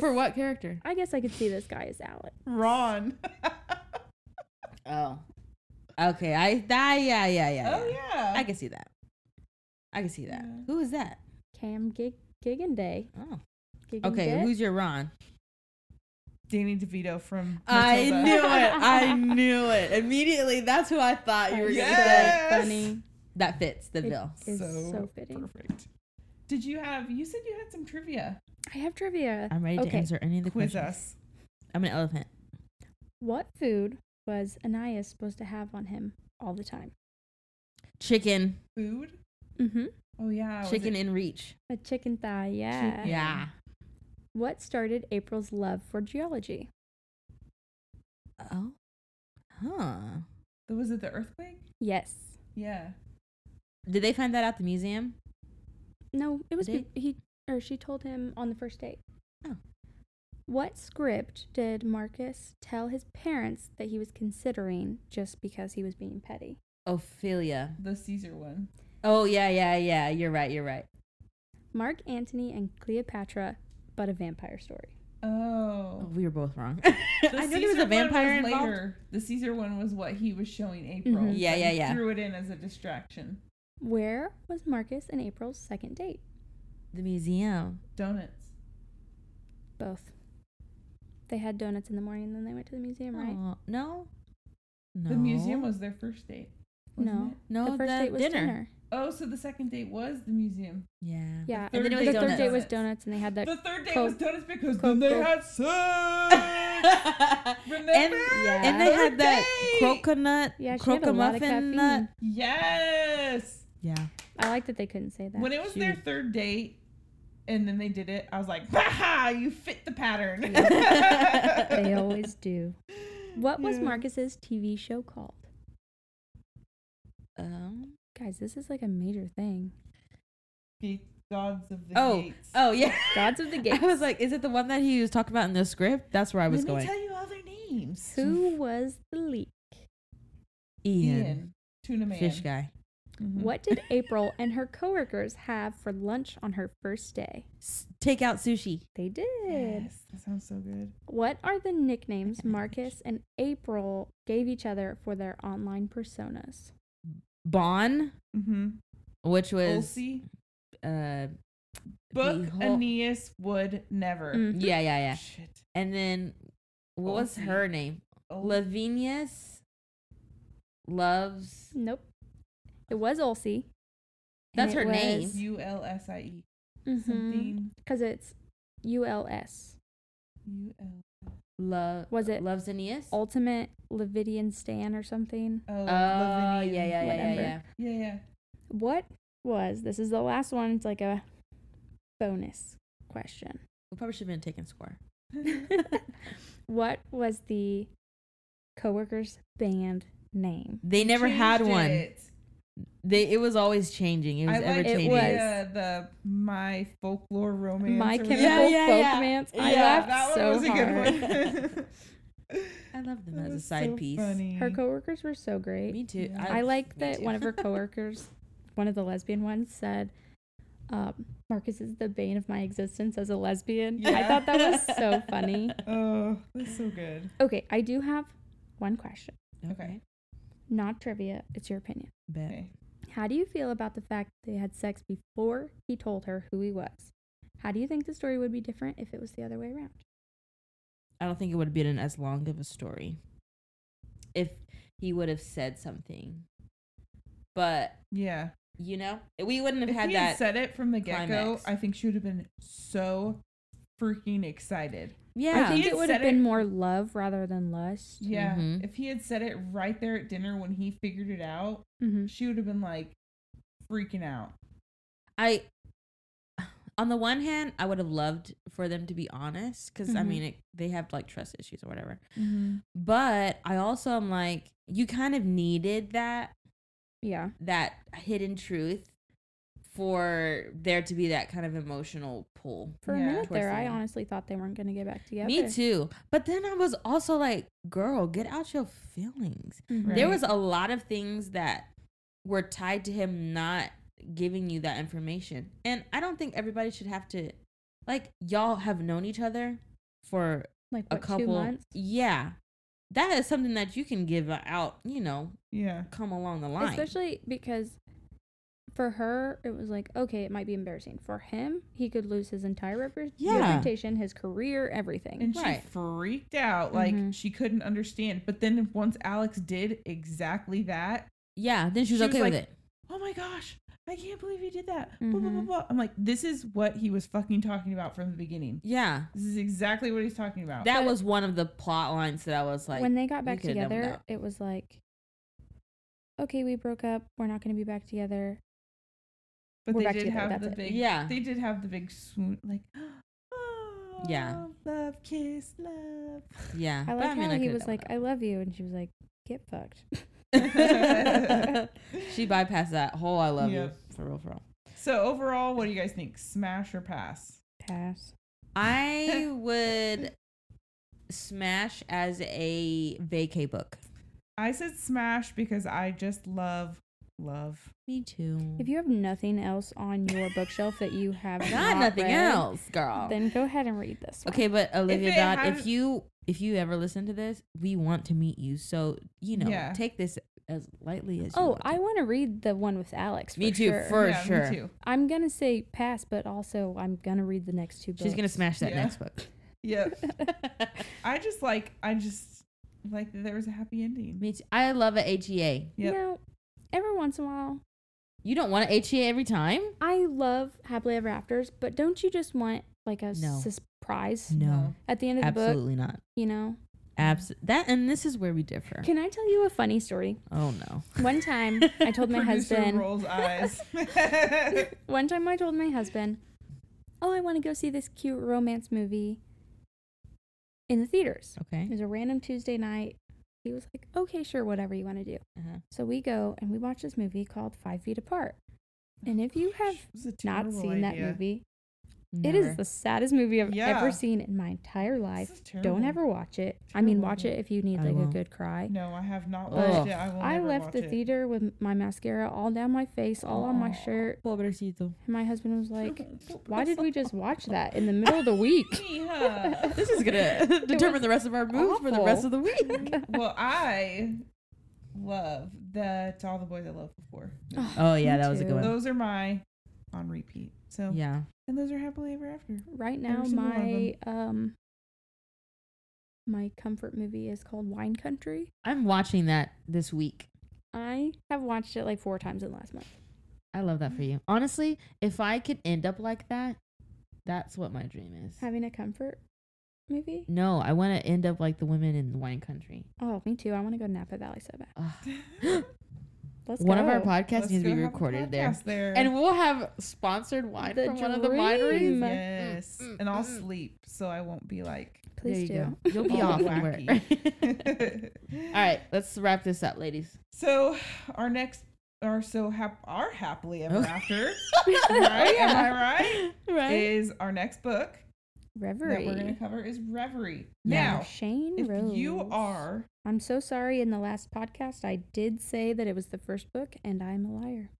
Speaker 5: For what character?
Speaker 3: I guess I could see this guy as Alex.
Speaker 2: Ron.
Speaker 5: Oh. Okay, I that yeah yeah yeah.
Speaker 2: Oh
Speaker 5: yeah.
Speaker 2: yeah.
Speaker 5: I can see that. I can see that.
Speaker 2: Yeah.
Speaker 5: Who is that?
Speaker 3: Cam Gig Giganday.
Speaker 5: Oh.
Speaker 3: Gigandet.
Speaker 5: Okay, who's your Ron?
Speaker 2: Danny DeVito from.
Speaker 5: I
Speaker 2: Matilda.
Speaker 5: knew it. I knew it immediately. That's who I thought you were gonna say.
Speaker 2: Yes!
Speaker 3: funny?
Speaker 5: That fits the
Speaker 3: It
Speaker 5: bill.
Speaker 3: is so, fitting.
Speaker 2: Perfect. Did you have? You said you had some trivia.
Speaker 3: I have trivia.
Speaker 5: I'm ready to
Speaker 3: Okay.
Speaker 5: answer any of the
Speaker 2: Quiz
Speaker 5: questions.
Speaker 2: us.
Speaker 5: I'm an elephant.
Speaker 3: What food was Ananias supposed to have on him all the time?
Speaker 5: Chicken.
Speaker 2: Food.
Speaker 3: Mm-hmm.
Speaker 2: Oh yeah. was
Speaker 5: Chicken
Speaker 2: it-
Speaker 5: in reach.
Speaker 3: A chicken thigh, yeah.
Speaker 5: Yeah.
Speaker 3: What started April's love for geology?
Speaker 5: Oh. Huh.
Speaker 2: was it the earthquake?
Speaker 3: Yes.
Speaker 2: Yeah.
Speaker 5: Did they find that out the museum?
Speaker 3: No, it was
Speaker 5: Did-
Speaker 3: be- he or she told him on the first date.
Speaker 5: Oh.
Speaker 3: What script did Marcus tell his parents that he was considering just because he was being petty?
Speaker 5: Ophelia.
Speaker 2: The Caesar one.
Speaker 5: Oh yeah, yeah, yeah. You're right. You're right.
Speaker 3: Mark Antony and Cleopatra, but a vampire story.
Speaker 5: Oh,
Speaker 2: Oh.
Speaker 5: we were both wrong.
Speaker 2: The
Speaker 5: I knew there was
Speaker 2: Caesar
Speaker 5: a
Speaker 2: one
Speaker 5: vampire
Speaker 2: was
Speaker 5: involved. Mm-hmm.
Speaker 2: later. The Caesar one was what he was showing April.
Speaker 3: Mhm.
Speaker 5: Yeah,
Speaker 2: but
Speaker 5: yeah,
Speaker 2: he
Speaker 5: yeah.
Speaker 2: Threw it in as a distraction.
Speaker 3: Where was Marcus and April's second date?
Speaker 5: The museum.
Speaker 2: Donuts.
Speaker 3: Both. They had donuts in the morning, and then they went to the museum, right?
Speaker 5: Oh, no. No.
Speaker 2: The museum was their first date. wasn't
Speaker 3: No.
Speaker 2: it?
Speaker 5: no.
Speaker 3: the first date was dinner.
Speaker 2: Oh, so the second date was the museum.
Speaker 5: Yeah.
Speaker 3: Yeah,
Speaker 5: And then it
Speaker 3: the
Speaker 5: was
Speaker 3: third date was
Speaker 2: donuts.
Speaker 3: donuts, and they had that.
Speaker 2: The third date
Speaker 3: Coke-
Speaker 2: was donuts because
Speaker 3: Coke-
Speaker 2: then they
Speaker 3: Coke.
Speaker 2: had sex. Remember?
Speaker 5: and,
Speaker 3: Yeah.
Speaker 5: and they had that
Speaker 2: Third date.
Speaker 5: coconut,
Speaker 3: yeah, she had a
Speaker 5: croca
Speaker 3: lot of caffeine.
Speaker 5: muffin nut.
Speaker 2: Yes.
Speaker 5: Yeah.
Speaker 3: I like that they couldn't say that.
Speaker 2: When it was their
Speaker 5: Shoot.
Speaker 2: third date, and then they did it, I was like, "Bah! You fit the pattern."
Speaker 3: they always do. What was
Speaker 2: Yeah.
Speaker 3: Marcus's TV show called?
Speaker 5: Um.
Speaker 3: Guys, this is like a major thing.
Speaker 2: The gods of the
Speaker 5: Oh.
Speaker 2: gates.
Speaker 5: Oh yeah.
Speaker 3: Gods of the Gates.
Speaker 5: I was like, is it the one that he was talking about in the script? That's where I was
Speaker 2: Let
Speaker 5: going.
Speaker 2: me tell you all their names.
Speaker 3: Who was the leak?
Speaker 5: Ian,
Speaker 2: Ian, tuna man,
Speaker 5: fish guy,
Speaker 2: Mhm.
Speaker 3: What did April and her coworkers have for lunch on her first day?
Speaker 5: S- take out sushi.
Speaker 3: They did.
Speaker 2: Yes, that sounds so good.
Speaker 3: What are the nicknames Marcus and April gave each other for their online personas?
Speaker 5: Bon,
Speaker 2: Mm-hmm.
Speaker 5: which was
Speaker 2: Ulsi,
Speaker 5: uh, Behold-
Speaker 2: book
Speaker 5: Mm-hmm.
Speaker 2: Aeneas would never.
Speaker 3: Mm.
Speaker 5: yeah, yeah, yeah.
Speaker 2: Shit.
Speaker 5: And then what was
Speaker 2: Ulsi.
Speaker 5: her name?
Speaker 2: Oh,
Speaker 5: Lavinius loves.
Speaker 3: Nope. It was Olsie.
Speaker 5: That's her name.
Speaker 2: U L S I E.
Speaker 5: Mm-hmm.
Speaker 2: Something.
Speaker 3: Because mm-hmm, it's ULS.
Speaker 2: U L.
Speaker 5: Love
Speaker 3: Was it
Speaker 5: loves Aeneas? Oh,
Speaker 3: Ultimate Levidian Stan or something.
Speaker 2: Oh,
Speaker 5: yeah,
Speaker 2: Lavinian.
Speaker 5: yeah, yeah, yeah,
Speaker 3: Whatever.
Speaker 5: yeah.
Speaker 2: yeah, yeah.
Speaker 3: What was this? Is the last one. It's like a bonus question.
Speaker 5: We probably should have been taking score.
Speaker 3: what was the coworker's band name?
Speaker 5: They never
Speaker 2: Changed
Speaker 5: had one.
Speaker 2: it.
Speaker 5: They it was always changing. It was
Speaker 2: I
Speaker 5: ever
Speaker 2: like
Speaker 5: changing.
Speaker 3: It was.
Speaker 2: the, uh, the my folklore romance.
Speaker 3: My
Speaker 2: or
Speaker 3: Chemical
Speaker 5: Yeah,
Speaker 2: whatever.
Speaker 5: yeah,
Speaker 3: Folk
Speaker 5: yeah.
Speaker 3: Romance. I
Speaker 5: Yeah,
Speaker 3: laughed so hard.
Speaker 2: good one.
Speaker 5: I love them
Speaker 2: That
Speaker 5: as a
Speaker 2: was
Speaker 5: side
Speaker 2: so
Speaker 5: piece.
Speaker 2: funny.
Speaker 3: Her coworkers were so great.
Speaker 5: Me too.
Speaker 2: Yeah.
Speaker 3: I like
Speaker 5: me
Speaker 3: that
Speaker 5: too.
Speaker 3: one of her coworkers, one of the lesbian ones, said, um, "Marcus is the bane of my existence as a lesbian." I
Speaker 2: Yeah.
Speaker 3: thought that was so funny.
Speaker 2: oh, that's so good.
Speaker 3: Okay, I do have one question,
Speaker 2: Okay.
Speaker 3: not trivia. It's your opinion.
Speaker 5: Bet.
Speaker 2: Okay.
Speaker 3: How do you feel about the fact that they had sex before he told her who he was? How do you think the story would be different if it was the other way around?
Speaker 5: I don't think it would have been as long of a story if he would have said something. But
Speaker 2: Yeah.
Speaker 5: you know, we wouldn't have
Speaker 2: if
Speaker 5: had
Speaker 2: he had
Speaker 5: that.
Speaker 2: said it from the get go,
Speaker 5: climax.
Speaker 2: I think she would have been so freaking excited.
Speaker 5: yeah,
Speaker 3: I think
Speaker 2: He
Speaker 3: it would have
Speaker 2: said
Speaker 3: been
Speaker 2: it-
Speaker 3: more love rather than lust.
Speaker 2: Yeah.
Speaker 5: Mhm.
Speaker 2: If he had said it right there at dinner when he figured it out,
Speaker 3: Mm-hmm.
Speaker 2: she would have been like freaking out.
Speaker 5: I. On the one hand, I would have loved for them to be honest because I
Speaker 3: Mhm.
Speaker 5: mean, it, they have like trust issues or whatever. Mm-hmm. But I also am like, you kind of needed that
Speaker 3: Yeah.
Speaker 5: that hidden truth for there to be that kind of emotional pull.
Speaker 3: For a
Speaker 2: Yeah.
Speaker 3: minute
Speaker 5: Towards
Speaker 3: there,
Speaker 5: the
Speaker 3: I
Speaker 5: end.
Speaker 3: honestly thought they weren't going to get back together.
Speaker 5: Me too. But then I was also like, girl, get out your feelings.
Speaker 3: Mhm.
Speaker 5: There
Speaker 2: Right.
Speaker 5: was a lot of things that were tied to him not giving you that information. And I don't think everybody should have to like y'all have known each other for
Speaker 3: like
Speaker 5: a
Speaker 3: what,
Speaker 5: couple
Speaker 3: two months.
Speaker 5: Yeah. that is something that you can give out, you know,
Speaker 2: Yeah.
Speaker 5: come along the line.
Speaker 3: Especially because for her, it was like, okay, it might be embarrassing. For him, he could lose his entire repre-
Speaker 5: Yeah.
Speaker 3: reputation, his career, everything.
Speaker 2: And
Speaker 5: Right.
Speaker 2: she freaked out. Like
Speaker 5: Mm-hmm.
Speaker 3: Mhm.
Speaker 2: she couldn't understand. But then once Alex did exactly that,
Speaker 5: yeah, then she was
Speaker 2: She was
Speaker 5: okay with
Speaker 2: like-
Speaker 5: it.
Speaker 2: oh my gosh, I can't believe he did that. Blah, blah, blah,
Speaker 3: Mhm.
Speaker 2: blah. I'm like, this is what he was fucking talking about from the beginning.
Speaker 5: Yeah.
Speaker 2: This is exactly what he's talking about.
Speaker 5: That was one of the plot lines that I was like
Speaker 3: when they got
Speaker 5: you
Speaker 3: back
Speaker 5: could've never
Speaker 3: together,
Speaker 5: known.
Speaker 3: it was like, okay, we broke up. We're not going to be back together.
Speaker 2: but
Speaker 3: we're
Speaker 2: they
Speaker 3: back
Speaker 2: did
Speaker 3: together,
Speaker 2: have
Speaker 3: that's
Speaker 2: the
Speaker 3: it.
Speaker 2: big
Speaker 5: Yeah.
Speaker 2: They did have the big swoon like oh,
Speaker 5: Yeah.
Speaker 2: Love, kiss, love.
Speaker 5: Yeah. Uh-huh.
Speaker 3: I
Speaker 5: but
Speaker 3: like how
Speaker 5: I
Speaker 3: he
Speaker 5: could've
Speaker 3: was
Speaker 5: done
Speaker 3: like, I love you. And she was like, get fucked.
Speaker 5: without. she bypassed that whole I love
Speaker 2: Yep.
Speaker 5: you for real for real.
Speaker 2: So overall, what do you guys think? Smash or pass?
Speaker 3: Pass.
Speaker 5: I would smash as a vacay book.
Speaker 2: I said smash because I just love love.
Speaker 5: Me too.
Speaker 3: If you have nothing else on your bookshelf that you have
Speaker 5: got
Speaker 3: not
Speaker 5: nothing
Speaker 3: read,
Speaker 5: else, girl.
Speaker 3: then go ahead and read this. One.
Speaker 5: okay, but Olivia
Speaker 2: it
Speaker 5: God,
Speaker 2: had-
Speaker 5: if you if you ever listen to this, we want to meet you. So, you know,
Speaker 2: Yeah.
Speaker 5: take this as lightly as you
Speaker 3: Oh,
Speaker 5: want
Speaker 3: I
Speaker 5: to.
Speaker 3: want to read the one with Alex. For
Speaker 5: Me too,
Speaker 3: sure.
Speaker 5: for
Speaker 2: Yeah, me
Speaker 5: sure.
Speaker 2: too.
Speaker 3: I'm gonna say pass, but also I'm gonna read the next two books.
Speaker 5: She's gonna smash that
Speaker 2: Yeah.
Speaker 5: next book.
Speaker 2: Yeah. I just like I just like that there was a happy ending.
Speaker 5: Me too. I love a HEA.
Speaker 2: Yep.
Speaker 3: You know, every once in a while,
Speaker 5: You don't want a HEA every time?
Speaker 3: I love happily ever afters, but don't you just want like a
Speaker 5: No.
Speaker 3: surprise
Speaker 5: No,
Speaker 3: at the end of the book?
Speaker 5: absolutely not.
Speaker 3: You know?
Speaker 5: Abs- that and this is where we differ.
Speaker 3: Can I tell you a funny story?
Speaker 5: Oh no.
Speaker 3: One time, I told my
Speaker 2: Producer
Speaker 3: husband.
Speaker 2: rolls eyes.
Speaker 3: One time I told my husband, "Oh, I want to go see this cute romance movie in the theaters." It
Speaker 5: Okay.
Speaker 3: was a random Tuesday night. He was like, "Okay, sure, whatever you want to do."
Speaker 5: Uh-huh.
Speaker 3: So we go and we watch this movie called Five Feet Apart. And if you have
Speaker 2: It was a
Speaker 3: not
Speaker 2: terrible
Speaker 3: seen that
Speaker 2: idea.
Speaker 3: movie, it is
Speaker 5: Never.
Speaker 3: the saddest movie I've
Speaker 2: Yeah.
Speaker 3: ever seen in my entire life.
Speaker 2: This is
Speaker 3: Don't
Speaker 2: terrible.
Speaker 3: ever watch it. I mean,
Speaker 2: Terrible
Speaker 3: watch
Speaker 2: movie.
Speaker 3: it if you need
Speaker 5: I
Speaker 3: like a
Speaker 5: won't.
Speaker 3: good cry.
Speaker 2: No, I have not watched
Speaker 5: Ugh.
Speaker 2: it. I will
Speaker 3: I
Speaker 2: never
Speaker 3: left
Speaker 2: watch
Speaker 3: the
Speaker 2: it.
Speaker 3: theater with my mascara all down my face, all on my shirt.
Speaker 5: Pobrecito.
Speaker 3: And my husband was like, Why did we just watch that in the middle of the week?
Speaker 2: Mija.
Speaker 5: This is gonna determine
Speaker 3: was
Speaker 5: the rest of our moves for the rest
Speaker 3: awful.
Speaker 5: of the week.
Speaker 2: well, I love that all the boys I loved before.
Speaker 5: oh yeah,
Speaker 3: me
Speaker 5: that was a
Speaker 3: too.
Speaker 5: good one. Oh,
Speaker 2: Those are my on repeat. So
Speaker 5: Yeah.
Speaker 2: and those are happily ever after.
Speaker 3: Right now,
Speaker 2: single one of
Speaker 3: my um, my comfort movie is called Wine Country.
Speaker 5: I'm watching that this week.
Speaker 3: I have watched it like four times in the last month.
Speaker 5: I love that for you. Honestly, if I could end up like that, that's what my dream is.
Speaker 3: Having a comfort movie?
Speaker 5: No, I want to end up like the women in wine country.
Speaker 2: Mm-hmm.
Speaker 3: Oh, me too. I want to go to Napa Valley so bad.
Speaker 5: Ugh.
Speaker 3: Let's
Speaker 5: one of our
Speaker 3: go.
Speaker 5: podcasts
Speaker 2: Let's
Speaker 5: needs to
Speaker 2: go
Speaker 5: be
Speaker 2: have a
Speaker 5: recorded there.
Speaker 2: podcast there.
Speaker 5: And we'll have sponsored wine
Speaker 3: The
Speaker 5: from one of the wineries.
Speaker 3: dream.
Speaker 2: yes,
Speaker 3: Mm,
Speaker 2: and I'll sleep, so I won't be like.
Speaker 3: Please
Speaker 5: there you
Speaker 3: do. Oh,
Speaker 5: Go. You'll be
Speaker 2: all
Speaker 5: off and work. All right, let's wrap this up, ladies.
Speaker 2: So our next, our so hap, our happily ever
Speaker 5: Okay.
Speaker 2: after,
Speaker 3: Oh,
Speaker 2: right? Am I right?
Speaker 3: Right?
Speaker 2: Is our next book that we're going
Speaker 3: Reverie.
Speaker 2: to cover is Reverie.
Speaker 5: Yeah.
Speaker 2: Now,
Speaker 3: Shane
Speaker 2: if
Speaker 3: Rose.
Speaker 2: you are
Speaker 3: I'm so sorry. In the last podcast, I did say that it was the first book, and I'm a liar.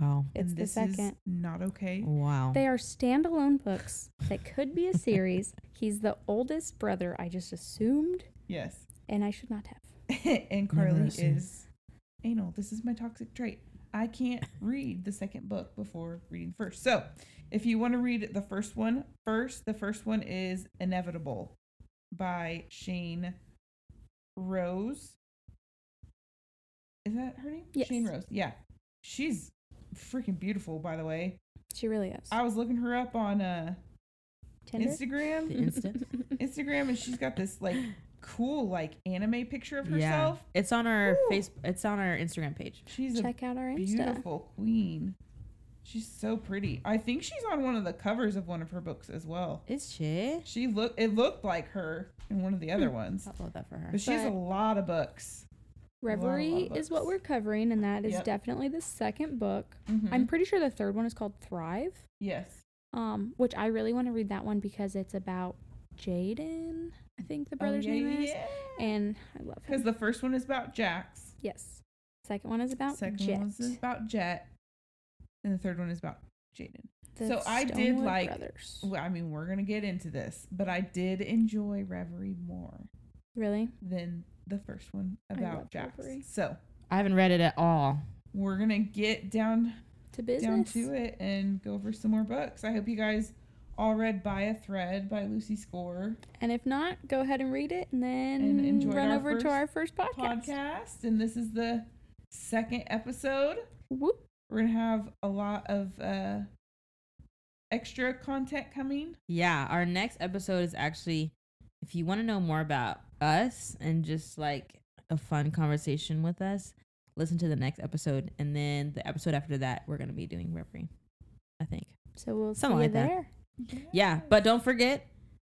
Speaker 5: Wow.
Speaker 3: It's
Speaker 2: and
Speaker 3: the
Speaker 2: this Is
Speaker 3: second.
Speaker 2: not okay.
Speaker 5: Wow.
Speaker 3: They are standalone books that could be a series. He's the oldest brother. I just assumed,
Speaker 2: Yes.
Speaker 3: and I should not have.
Speaker 2: and Carly
Speaker 5: assume.
Speaker 2: is anal. This is my toxic trait. I can't read the second book before reading first. So, if you want to read the first one first, the first one is Inevitable by Shane Rose. Is that her name?
Speaker 3: Yes.
Speaker 2: Shane Rose. Yeah. She's freaking beautiful, by the way.
Speaker 3: She really is.
Speaker 2: I was looking her up on uh,
Speaker 3: Tinder.
Speaker 2: Instagram.
Speaker 5: the instant.
Speaker 2: Instagram, and she's got this like cool like anime picture of
Speaker 5: Yeah.
Speaker 2: herself.
Speaker 5: It's on our
Speaker 2: Ooh.
Speaker 5: face. It's on our Instagram page.
Speaker 2: She's a
Speaker 3: Check out our Insta.
Speaker 2: beautiful queen. She's so pretty. I think she's on one of the covers of one of her books as well.
Speaker 5: Is she?
Speaker 2: She look it looked like her in one of the
Speaker 3: Hmm.
Speaker 2: other ones.
Speaker 5: I love that for her.
Speaker 2: But she has a
Speaker 3: But-
Speaker 2: lot of books.
Speaker 3: Reverie
Speaker 2: of
Speaker 3: is
Speaker 2: books.
Speaker 3: what we're covering, and that is
Speaker 2: Yep.
Speaker 3: definitely the second book.
Speaker 2: Mhm.
Speaker 3: I'm pretty sure the third one is called Thrive,
Speaker 2: yes.
Speaker 3: um, which I really want to read that one because it's about Jaden, I think the
Speaker 2: Oh,
Speaker 3: brother's
Speaker 2: yeah,
Speaker 3: name is.
Speaker 2: yeah.
Speaker 3: And I love him.
Speaker 2: Because the first one is about Jax.
Speaker 3: yes. Second one is about
Speaker 2: Second
Speaker 3: Jet.
Speaker 2: one is about Jet. And the third one is about Jaden.
Speaker 3: the
Speaker 2: so I did
Speaker 3: Stonewood
Speaker 2: like-
Speaker 3: Brothers.
Speaker 2: Well, I mean, we're gonna get into this, but I did enjoy Reverie more
Speaker 3: Really?
Speaker 2: than the first one
Speaker 3: I
Speaker 2: about
Speaker 3: love
Speaker 2: Jax.
Speaker 3: Wolverine.
Speaker 2: So
Speaker 5: I haven't read it at all.
Speaker 2: we're gonna get down
Speaker 3: to business.
Speaker 2: down to it and go over some more books. I hope you guys all read By a Thread by Lucy Score
Speaker 3: And if not, go ahead and read it and then
Speaker 2: And enjoy
Speaker 3: run
Speaker 2: our
Speaker 3: over
Speaker 2: first
Speaker 3: to our first podcast.
Speaker 2: podcast. and this is the second episode.
Speaker 3: Whoop.
Speaker 2: We're gonna have a lot of uh, extra content coming.
Speaker 5: Yeah, our next episode is actually if you want to know more about us and just like a fun conversation with us, listen to the next episode and then the episode after that we're going to be doing reverie. I think.
Speaker 3: So we'll
Speaker 5: Something
Speaker 3: see
Speaker 5: like
Speaker 3: you
Speaker 5: that.
Speaker 3: there.
Speaker 5: Yeah, but don't forget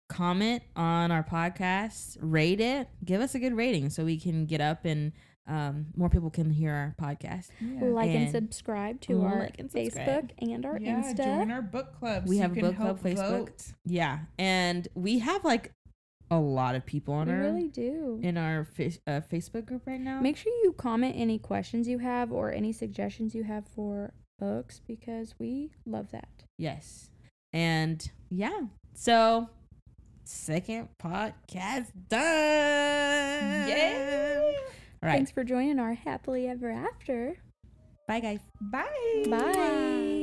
Speaker 5: comment on our podcast, rate it, give us a good rating so we can get up and um, more people can hear our podcast.
Speaker 2: Yeah.
Speaker 3: Like and,
Speaker 5: And
Speaker 3: subscribe to our
Speaker 5: like and subscribe.
Speaker 3: Facebook and our
Speaker 2: yeah,
Speaker 3: Insta.
Speaker 2: join our book club.
Speaker 5: We
Speaker 2: so
Speaker 5: have a
Speaker 2: you
Speaker 5: book
Speaker 2: can
Speaker 5: club,
Speaker 2: help
Speaker 5: Facebook.
Speaker 2: Vote.
Speaker 5: Yeah, and we have like a lot of people on
Speaker 3: we
Speaker 5: our
Speaker 3: really do.
Speaker 5: in our fa- uh, Facebook group right now.
Speaker 3: Make sure you comment any questions you have or any suggestions you have for books because we love that.
Speaker 5: Yes. And yeah. So second podcast done.
Speaker 2: Yay!
Speaker 5: All right.
Speaker 3: Thanks for joining our happily ever after.
Speaker 5: Bye guys.
Speaker 2: Bye.
Speaker 3: Bye.